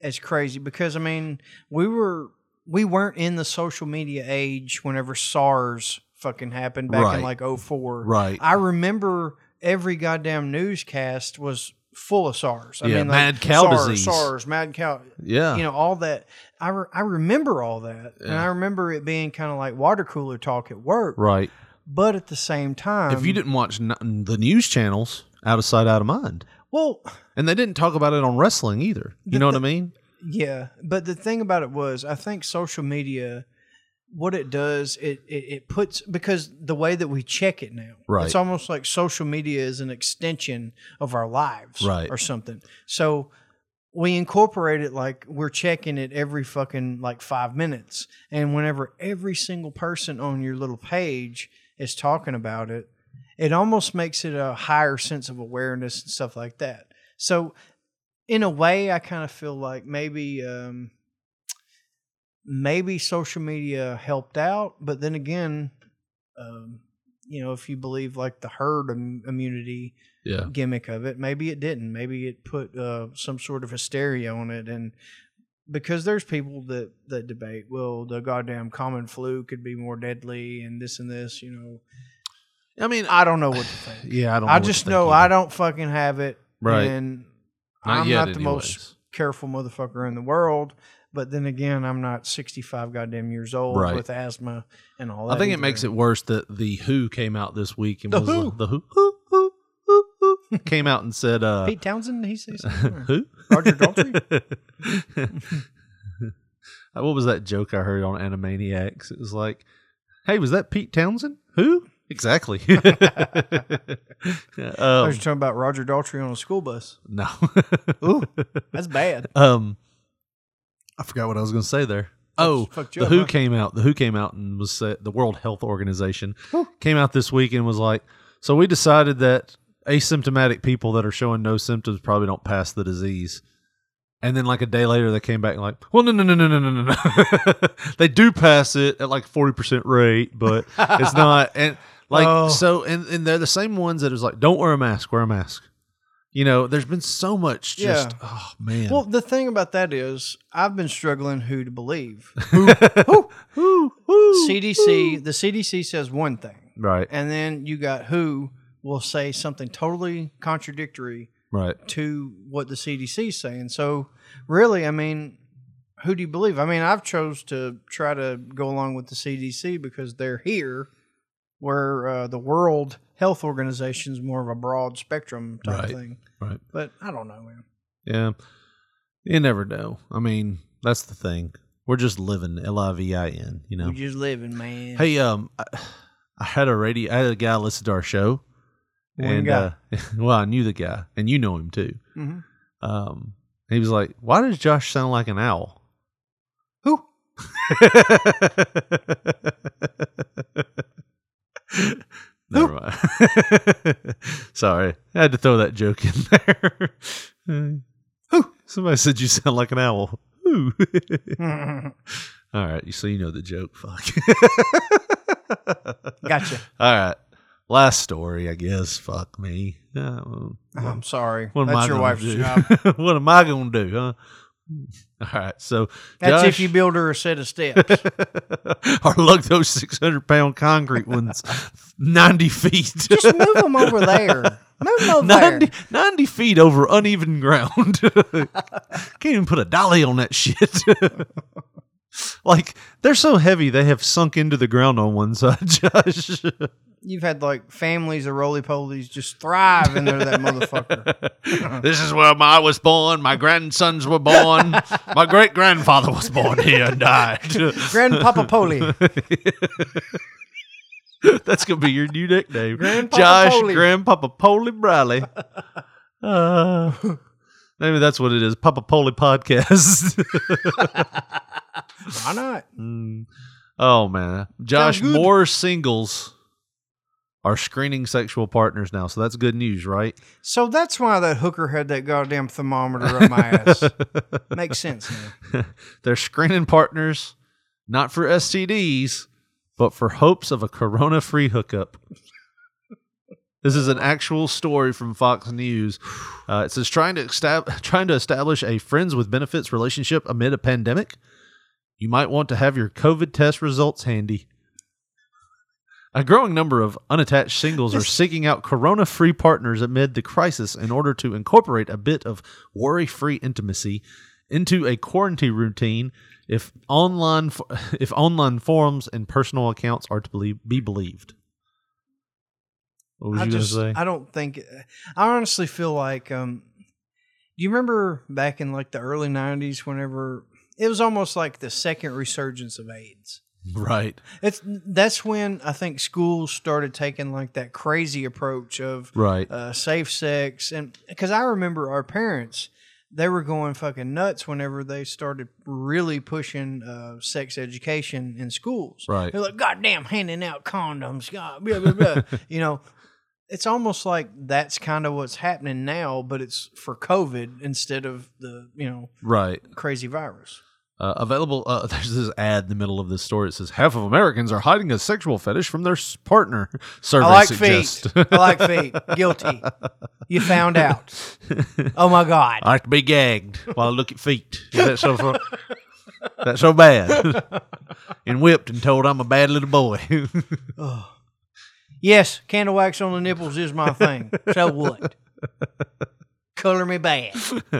D: as crazy? Because I mean, we were we weren't in the social media age whenever SARS fucking happened back in
C: Right.
D: like 04.
C: right.
D: I remember every goddamn newscast was full of SARS. I
C: Yeah,
D: mean, like,
C: mad cow
D: SARS,
C: disease.
D: SARS, mad cow.
C: yeah,
D: You know, all that. I, re- I remember all that. And
C: Yeah.
D: I remember it being kind of like water cooler talk at work.
C: right.
D: But at the same time,
C: if you didn't watch n- the news channels, out of sight, out of mind.
D: well,
C: And they didn't talk about it on wrestling either. You
D: The-
C: know what I
D: the-
C: mean?
D: Yeah, but the thing about it was, I think social media, what it does, it it, it puts because the way that we check it now,
C: Right.
D: It's almost like social media is an extension of our lives,
C: Right.
D: or something. So we incorporate it like we're checking it every fucking like five minutes, and whenever every single person on your little page is talking about it, it almost makes it a higher sense of awareness and stuff like that. So, in a way, I kind of feel like maybe um, maybe social media helped out, but then again, um, you know, if you believe like the herd im- immunity
C: Yeah.
D: gimmick of it, maybe it didn't. Maybe it put uh, some sort of hysteria on it, and because there's people that that debate, well, the goddamn common flu could be more deadly, and this and this, you know.
C: I mean,
D: I don't know what to think.
C: yeah, I don't.
D: I
C: know what
D: just
C: to
D: know
C: think
D: I
C: either.
D: don't fucking have it.
C: Right.
D: And
C: Not
D: I'm
C: yet,
D: not the most
C: anyways.
D: careful motherfucker in the world. But then again, I'm not 65 goddamn years old
C: Right.
D: with asthma and all that.
C: I think it makes it worse that the Who came out this week and
D: The
C: was
D: Who.
C: like- the Who, Who, Who, Who, Who came out and said, uh,
D: Pete Townsend, he says.
C: "Who
D: Roger Daltrey?
C: Uh, what was that joke I heard on Animaniacs? It was like, "Hey, was that Pete Townsend? Who exactly?"
D: I
C: Um,
D: was talking about Roger Daltrey on a school bus.
C: no.
D: Ooh, that's bad.
C: Um, I forgot what I was going to say there. Oh,
D: fucked you
C: the
D: up,
C: Who
D: huh?
C: came out. The Who came out and was sa- the World Health Organization came out this week and was like, so we decided that asymptomatic people that are showing no symptoms probably don't pass the disease. And then like a day later, they came back and like, well, no, no, no, no, no, no, no, no. they do pass it at like forty percent rate, but it's not. And like
D: Oh.
C: so, and and they're the same ones that is like, don't wear a mask, wear a mask. You know, there's been so much just
D: Yeah.
C: oh man.
D: Well, the thing about that is, I've been struggling who to believe. CDC, the CDC says one thing,
C: Right,
D: and then you got who will say something totally contradictory
C: right.
D: to what the CDC is saying. So really, I mean, who do you believe? I mean, I've chose to try to go along with the CDC because they're here, where uh, the World Health Organization is more of a broad spectrum type
C: Right.
D: thing.
C: Right.
D: But I don't know, man.
C: Yeah. You never know. I mean, that's the thing. We're just living L I V I N, you know.
D: We just living, man.
C: Hey, um I, I had a radio I had a guy listen to our show.
D: One
C: and
D: guy.
C: uh well, I knew the guy and you know him too.
D: Mhm.
C: Um he was like, "Why does Josh sound like an owl?"
D: Who?
C: Never mind. Sorry, I had to throw that joke in there. Uh, whew, Somebody said you sound like an owl. Whew. All right, so you know the joke. Fuck.
D: gotcha.
C: All right. Last story, I guess. Fuck me. Yeah, well,
D: I'm sorry.
C: what am I
D: That's your
C: gonna
D: wife's
C: do?
D: job.
C: what am I gonna do, huh? All right, so
D: That's
C: Josh,
D: if you build her a set of steps.
C: or lug those six hundred pound concrete ones ninety feet.
D: Just move them over there. Move them over
C: 90,
D: there.
C: 90 feet over uneven ground. Can't even put a dolly on that shit. like they're so heavy they have sunk into the ground on one side, Josh.
D: You've had like families of roly polies just thrive in there, that motherfucker.
C: this is where I was born. My grandsons were born. My great grandfather was born here and died.
D: Grandpapa Poli.
C: That's gonna be your new nickname,
D: Grandpapa
C: Josh
D: Poley.
C: Grandpapa Polly Briley. Uh, maybe that's what it is. Papa Polly podcast.
D: Why not?
C: Mm. Oh man, Josh,
D: good.
C: more singles are screening sexual partners now, so that's good news, right?
D: So that's why that hooker had that goddamn thermometer up my ass. Makes sense now.
C: They're screening partners not for STDs, but for hopes of a corona-free hookup. This is an actual story from Fox News. Uh, it says trying to estab- trying to establish a friends with benefits relationship amid a pandemic. You might want to have your COVID test results handy. A growing number of unattached singles are seeking out corona free partners amid the crisis in order to incorporate a bit of worry free intimacy into a quarantine routine if online f- if online forums and personal accounts are to believe, be believed. What was
D: I
C: you
D: just,
C: gonna say?
D: I don't think. I honestly feel like. Um, do you remember back in like the early '90s, whenever it was almost like the second resurgence of AIDS?
C: right.
D: It's that's when I think schools started taking like that crazy approach of
C: Right.
D: uh, safe sex, and because I remember our parents, they were going fucking nuts whenever they started really pushing uh, sex education in schools.
C: Right.
D: They're like, goddamn, handing out condoms, God, blah blah blah. you know, it's almost like that's kind of what's happening now, but it's for COVID instead of the you know
C: right.
D: crazy virus.
C: Uh, available. Uh, there's this ad in the middle of this story. It says half of Americans are hiding a sexual fetish from their s- partner. Survey
D: I like
C: suggests.
D: feet. I like feet. Guilty. You found out. Oh my God.
C: I like to be gagged while I look at feet. Is that so far? That's so bad. and whipped and told I'm a bad little boy.
D: Yes, candle wax on the nipples is my thing. So what? Color me bad.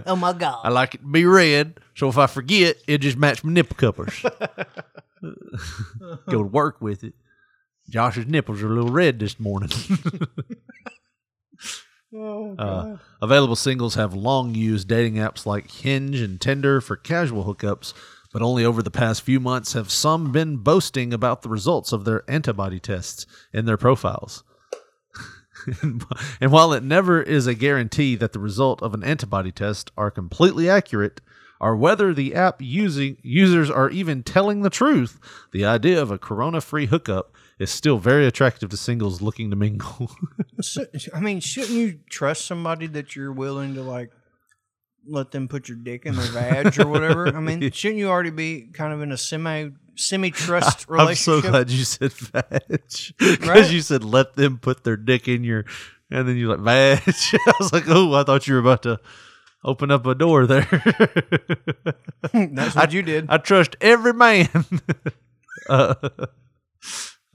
D: Oh my
C: I
D: God.
C: like it to be red, so if I forget, it just match my nipple cuppers. Go to work with it. Josh's nipples are a little red this morning. Uh, available singles have long used dating apps like Hinge and Tinder for casual hookups, but only over the past few months have some been boasting about the results of their antibody tests in their profiles. and while it never is a guarantee that the result of an antibody test are completely accurate, or whether the app using users are even telling the truth, the idea of a corona-free hookup is still very attractive to singles looking to mingle.
D: So- I mean, shouldn't you trust somebody that you're willing to like let them put your dick in their vag or whatever? I mean, shouldn't you already be kind of in a semi semi trust
C: I'm so
D: relationship?
C: glad you said vag because
D: Right?
C: you said let them put their dick in your, and then you're like vag. I was like, oh, I thought you were about to open up a door there.
D: That's what you did.
C: I trust every man. uh,
D: hey,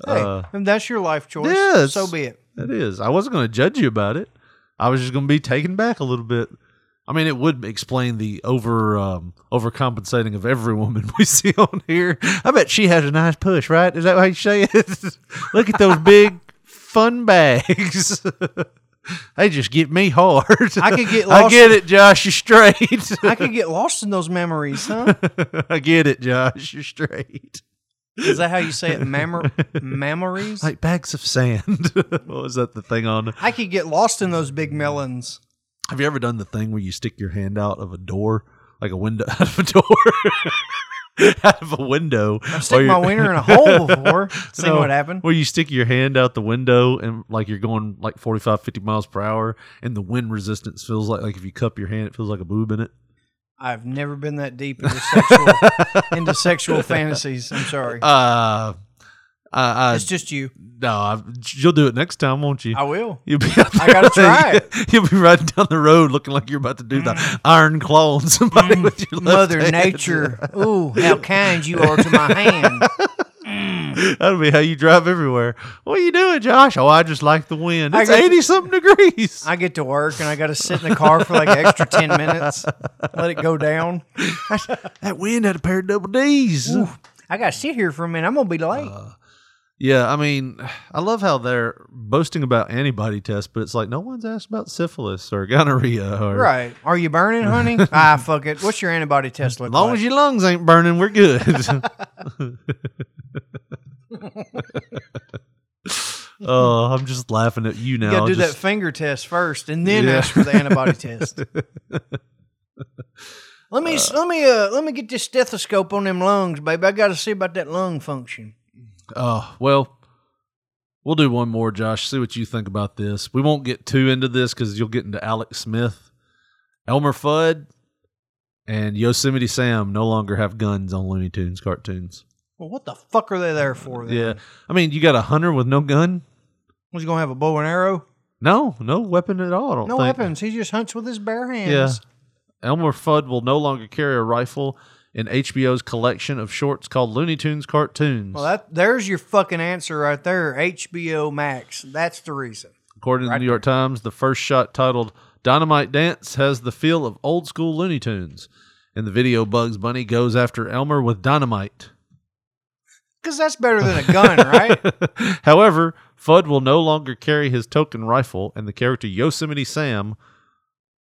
C: uh,
D: and that's your life choice.
C: yes.
D: So be it.
C: that is. I wasn't going to judge you about it. I was just going to be taken back a little bit. I mean, it would explain the over um, overcompensating of every woman we see on here. I bet she has a nice push, right? Is that how you say it? Look at those big fun bags. they just get me hard.
D: I could get
C: I
D: lost-
C: get it, Josh. You're straight.
D: I could get lost in those memories, huh?
C: I get it, Josh. You're straight.
D: Is that how you say it? Mammor- memories?
C: Like bags of sand. what was that the thing on?
D: I could get lost in those big melons.
C: Have you ever done the thing where you stick your hand out of a door, like a window out of a door, out of a window?
D: I've
C: or
D: stuck my
C: you-
D: wiener in a hole before. Seen
C: Oh, No,
D: what happened.
C: Where you stick your hand out the window and like you're going like 45, 50 miles per hour, and the wind resistance feels like like if you cup your hand, it feels like a boob in it.
D: I've never been that deep into sexual, into sexual fantasies. I'm sorry.
C: Uh, I, I
D: It's just you.
C: no, I, you'll do it next time, won't you?
D: I will.
C: You'll be out there,
D: I gotta try Mm.
C: You'll be riding down the road looking like you're about to do the iron claw on somebody with your left
D: Mother
C: hand.
D: Nature. Ooh, how kind you are to my hand.
C: That'll be how you drive everywhere. What are you doing, Josh? Oh, I just like the wind.
D: I
C: It's
D: got-
C: eighty something degrees.
D: I get to work and I got to sit in the car for like an extra 10 minutes, let it go down.
C: that wind had a pair of double D's.
D: I got to sit here for a minute. I'm going to be late.
C: Uh, Yeah, I mean, I love how they're boasting about antibody tests, but it's like no one's asked about syphilis or gonorrhea. Or,
D: right. Are you burning, honey? ah, fuck it. What's your antibody test look
C: As long
D: like?
C: as your lungs ain't burning, we're good. oh, I'm just laughing at you now.
D: you got to do
C: Just-
D: that finger test first and then
C: Yeah.
D: ask for the antibody test. Let me let me uh, let me get this stethoscope on them lungs, baby. I got to see about that lung function.
C: Oh, well, we'll do one more, Josh. See what you think about this. We won't get too into this because you'll get into Alex Smith, Elmer Fudd, and Yosemite Sam no longer have guns on Looney Tunes cartoons.
D: Well, what the fuck are they there for? Then?
C: Yeah. I mean, you got a hunter with no gun?
D: was he gonna have a bow and arrow?
C: No, no weapon at all. I don't
D: No
C: think.
D: weapons. He just hunts with his bare hands.
C: Yeah. Elmer Fudd will no longer carry a rifle in HBO's collection of shorts called Looney Tunes cartoons.
D: Well, that there's your fucking answer right there. HBO Max. That's the reason.
C: According to the New York Times, the first shot titled Dynamite Dance has the feel of old school Looney Tunes. And the video, Bugs Bunny goes after Elmer with dynamite.
D: Because that's better than a gun, right?
C: However, Fudd will no longer carry his token rifle, and the character Yosemite Sam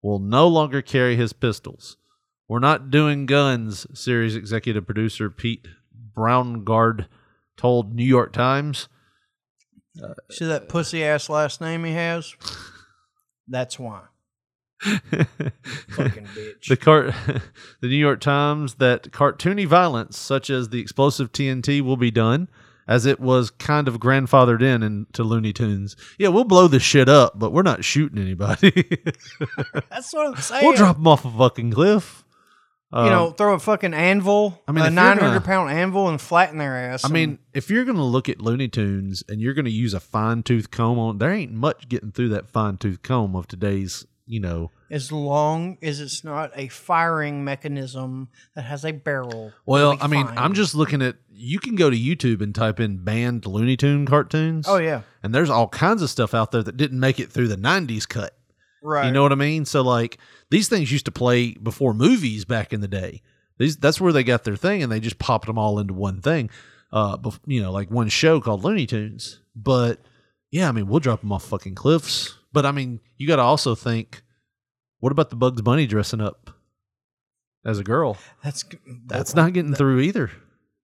C: will no longer carry his pistols. We're not doing guns, series executive producer Pete Browngard told New York Times.
D: See that pussy ass last name he has? That's why. Fucking bitch.
C: The cart, the New York Times that cartoony violence such as the explosive TNT will be done, as it was kind of grandfathered in into Looney Tunes. Yeah, we'll blow this shit up, but we're not shooting anybody.
D: that's what I'm saying.
C: we'll drop them off a fucking cliff.
D: You know, throw a fucking anvil,
C: Um, I mean,
D: a
C: if you're gonna-
D: 900 hundred pound anvil, and flatten their ass.
C: I
D: and-
C: mean, if you're gonna look at Looney Tunes and you're gonna use a fine tooth comb on, there ain't much getting through that fine tooth comb of today's. You know,
D: as long as it's not a firing mechanism that has a barrel.
C: well,
D: it'll be
C: I mean,
D: fine.
C: I'm just looking at. You can go to YouTube and type in banned Looney Tune cartoons.
D: Oh, yeah.
C: and there's all kinds of stuff out there that didn't make it through the 90s cut
D: Right.
C: you know what i mean so like these things used to play before movies back in the day these that's where they got their thing and they just popped them all into one thing uh bef- you know like one show called looney tunes but yeah i mean we'll drop them off fucking cliffs but i mean you got to also think what about the bugs bunny dressing up as a girl
D: that's
C: that's not getting through either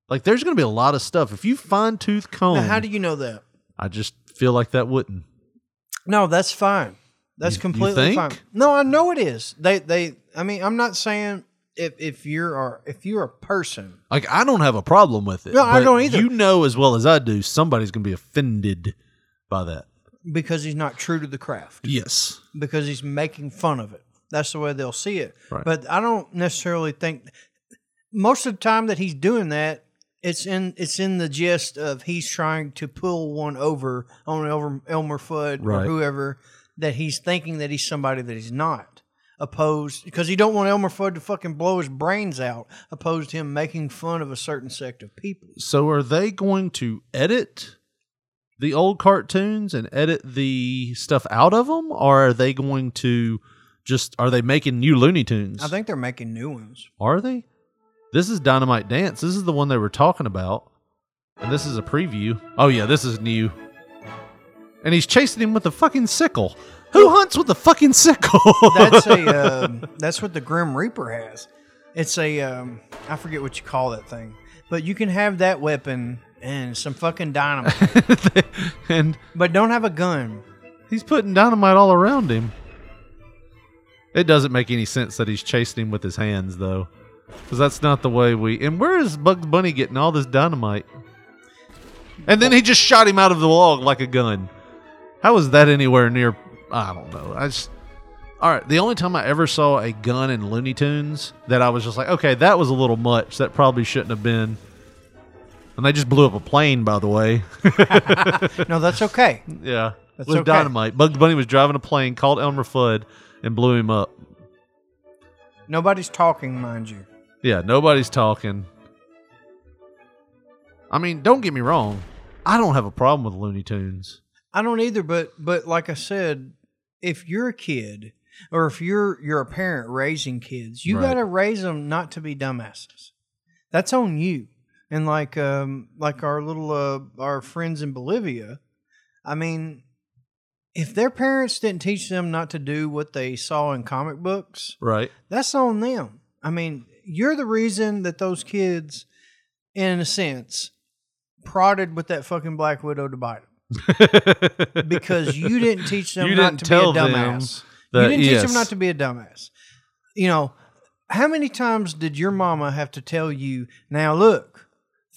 C: like there's gonna be a lot of stuff if you fine tooth comb
D: Now, how do you know that?
C: i just feel like that wouldn't
D: No, that's fine. That's
C: You- you
D: completely
C: think?
D: fine. No, I know it is. They they I mean, I'm not saying if if you're a, if you're a person.
C: Like I don't have a problem with it.
D: No, I
C: but
D: don't either.
C: You know as well as I do, somebody's gonna be offended by that.
D: because he's not true to the craft
C: Yes.
D: because he's making fun of it that's the way they'll see it
C: Right.
D: but i don't necessarily think most of the time that he's doing that it's in it's in the gist of he's trying to pull one over on elmer, elmer fudd or
C: Right.
D: whoever that he's thinking that he's somebody that he's not opposed because he don't want elmer fudd to fucking blow his brains out opposed to him making fun of a certain sect of people
C: So are they going to edit the old cartoons and edit the stuff out of them, or are they going to just are they making new Looney Tunes?
D: i think they're making new ones
C: Are they? This is Dynamite Dance. This is the one they were talking about. And this is a preview. Oh, yeah, this is new. And he's chasing him with a fucking sickle. Who hunts with a fucking sickle?
D: that's a um, that's what the Grim Reaper has. It's a um, I forget what you call that thing, but you can have that weapon and some fucking dynamite,
C: and
D: but don't have a gun.
C: he's putting dynamite all around him. It doesn't make any sense that he's chasing him with his hands, though. Because that's not the way we. And where is Bugs Bunny getting all this dynamite? And then he just shot him out of the log like a gun. How is that anywhere near. I don't know. I just. All right. The only time I ever saw a gun in Looney Tunes that I was just like, okay, that was a little much. That probably shouldn't have been. And they just blew up a plane, by the way.
D: No, that's okay.
C: Yeah.
D: That's
C: with
D: okay.
C: dynamite. Bugs Bunny was driving a plane, called Elmer Fudd, and blew him up.
D: Nobody's talking, mind you.
C: Yeah, nobody's talking. I mean, don't get me wrong. I don't have a problem with Looney Tunes.
D: I don't either, but but like I said, if you're a kid or if you're you're a parent raising kids, you
C: Right.
D: got to raise them not to be dumbasses. That's on you. And like um like our little uh, our friends in Bolivia, I mean, if their parents didn't teach them not to do what they saw in comic books,
C: Right.
D: that's on them. I mean, you're the reason that those kids, in a sense, prodded with that fucking Black Widow to bite them because you didn't teach them
C: You
D: not
C: didn't
D: to
C: tell
D: be a
C: them
D: dumbass.
C: that-
D: you didn't teach
C: yes.
D: them not to be a dumbass. You know, how many times did your mama have to tell you, now look,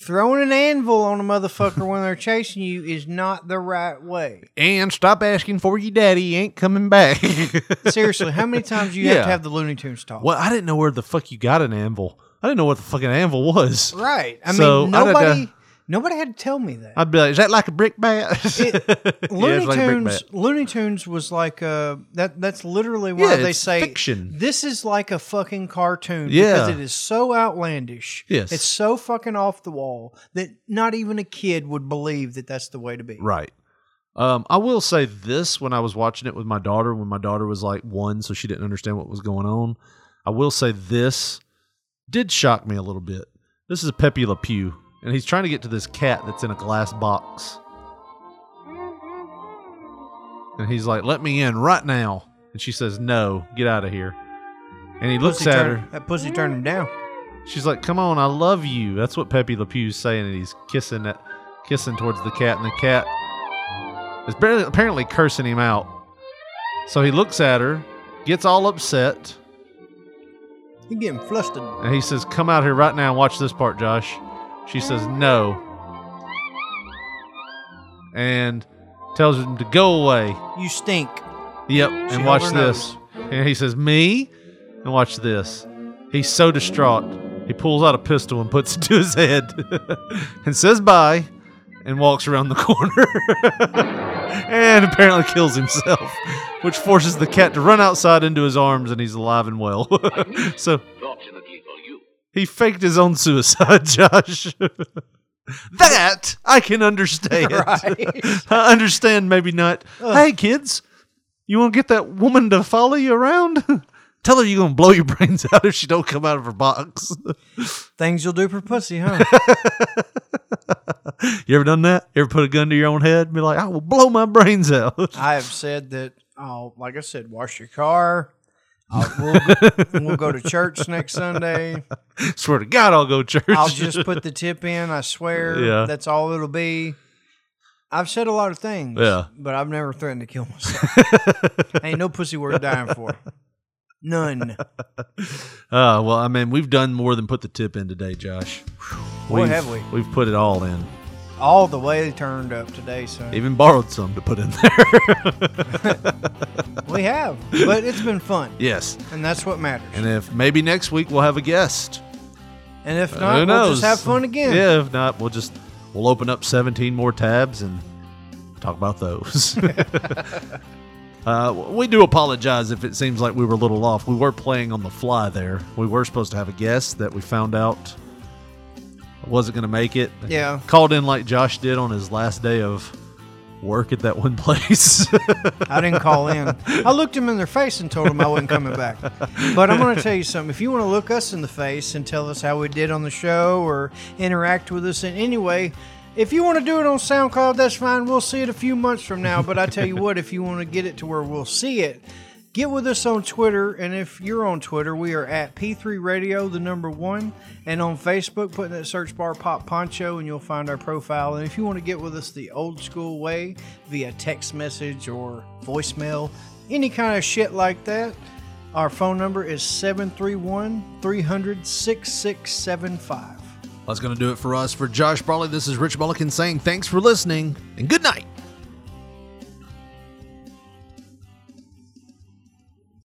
D: throwing an anvil on a motherfucker when they're chasing you is not the right way?
C: And stop asking for your daddy. He ain't coming back.
D: Seriously, how many times do you have
C: Yeah.
D: to have the Looney Tunes talk?
C: well, I didn't know where the fuck you got an anvil. I didn't know what the fucking anvil was.
D: Right. I
C: So,
D: mean,
C: I don't
D: nobody,
C: know.
D: nobody had to tell me that.
C: I'd be like, is that like a brick bat?
D: It- Looney
C: Yeah, it's like a brick
D: Tunes.
C: bat.
D: Looney Tunes was like uh that. That's literally why
C: Yeah,
D: they
C: it's
D: say
C: fiction.
D: This is like a fucking cartoon
C: Yeah.
D: because it is so outlandish.
C: Yes.
D: it's so fucking off the wall that not even a kid would believe that that's the way to be.
C: Right. Um, I will say this when I was watching it with my daughter, when my daughter was like one, so she didn't understand what was going on. I will say this did shock me a little bit. This is Pepe Le Pew, and he's trying to get to this cat that's in a glass box. And he's like, Let me in right now. And she says, No, get out of here. And he looks
D: Pussy
C: at
D: turn-
C: her.
D: That pussy turned him down.
C: She's like, "Come on, I love you." That's what Pepe Le Pew's saying, and he's kissing at, kissing towards the cat, and the cat is barely, apparently cursing him out. So he looks at her, gets all upset,
D: You getting flustered?
C: and he says, "Come out here right now and watch this part, Josh." She says, "No," and tells him to go away.
D: You stink.
C: Yep,
D: She
C: and watch
D: overnose.
C: this. And he says, "Me," and watch this. He's so distraught, he pulls out a pistol and puts it to his head, and says bye, and walks around the corner, and apparently kills himself, which forces the cat to run outside into his arms, and he's alive and well. so he faked his own suicide, Josh. that I can understand. I understand, maybe not. Hey, kids, you want to get that woman to follow you around? Tell her you're gonna blow your brains out if she don't come out of her box.
D: Things you'll do for pussy, huh?
C: you ever done that? You ever put a gun to your own head and be like, "I will blow my brains out"?
D: I have said that. I'll, like I said, wash your car. I'll, we'll, go, we'll go to church next Sunday.
C: Swear to God, I'll go to church.
D: I'll just put the tip in. I swear.
C: Yeah.
D: That's all it'll be. I've said a lot of things.
C: Yeah.
D: But I've never threatened to kill myself. Ain't no pussy worth dying for. None.
C: Uh, well, I mean, we've done more than put the tip in today, Josh.
D: What
C: We've-
D: have we?
C: We've put it all in.
D: All the way turned up today, son.
C: Even borrowed some to put in there.
D: We have. But it's been fun.
C: yes.
D: And that's what matters.
C: And if maybe next week we'll have a guest.
D: And if not,
C: Who knows?
D: we'll just have fun again.
C: Yeah, if not, we'll just we'll open up 17 more tabs and talk about those. uh, we do apologize if it seems like we were a little off. We were playing on the fly there. We were supposed to have a guest that we found out wasn't going to make it.
D: Yeah.
C: Called in like Josh did on his last day of work at that one place.
D: I didn't call in. I looked him in their face and told him I wasn't coming back. But I'm going to tell you something. If you want to look us in the face and tell us how we did on the show or interact with us in any way, if you want to do it on SoundCloud, that's fine. We'll see it a few months from now. But I tell you what, if you want to get it to where we'll see it, get with us on Twitter. And if you're on Twitter, we are at P3 Radio, the number one. And on Facebook, put in that search bar Pop Poncho and you'll find our profile. And if you want to get with us the old school way via text message or voicemail, any kind of shit like that, our phone number is 731 300 6675.
C: That's going to do it for us. For Josh Brawley, this is Rich Mulligan saying thanks for listening and good night.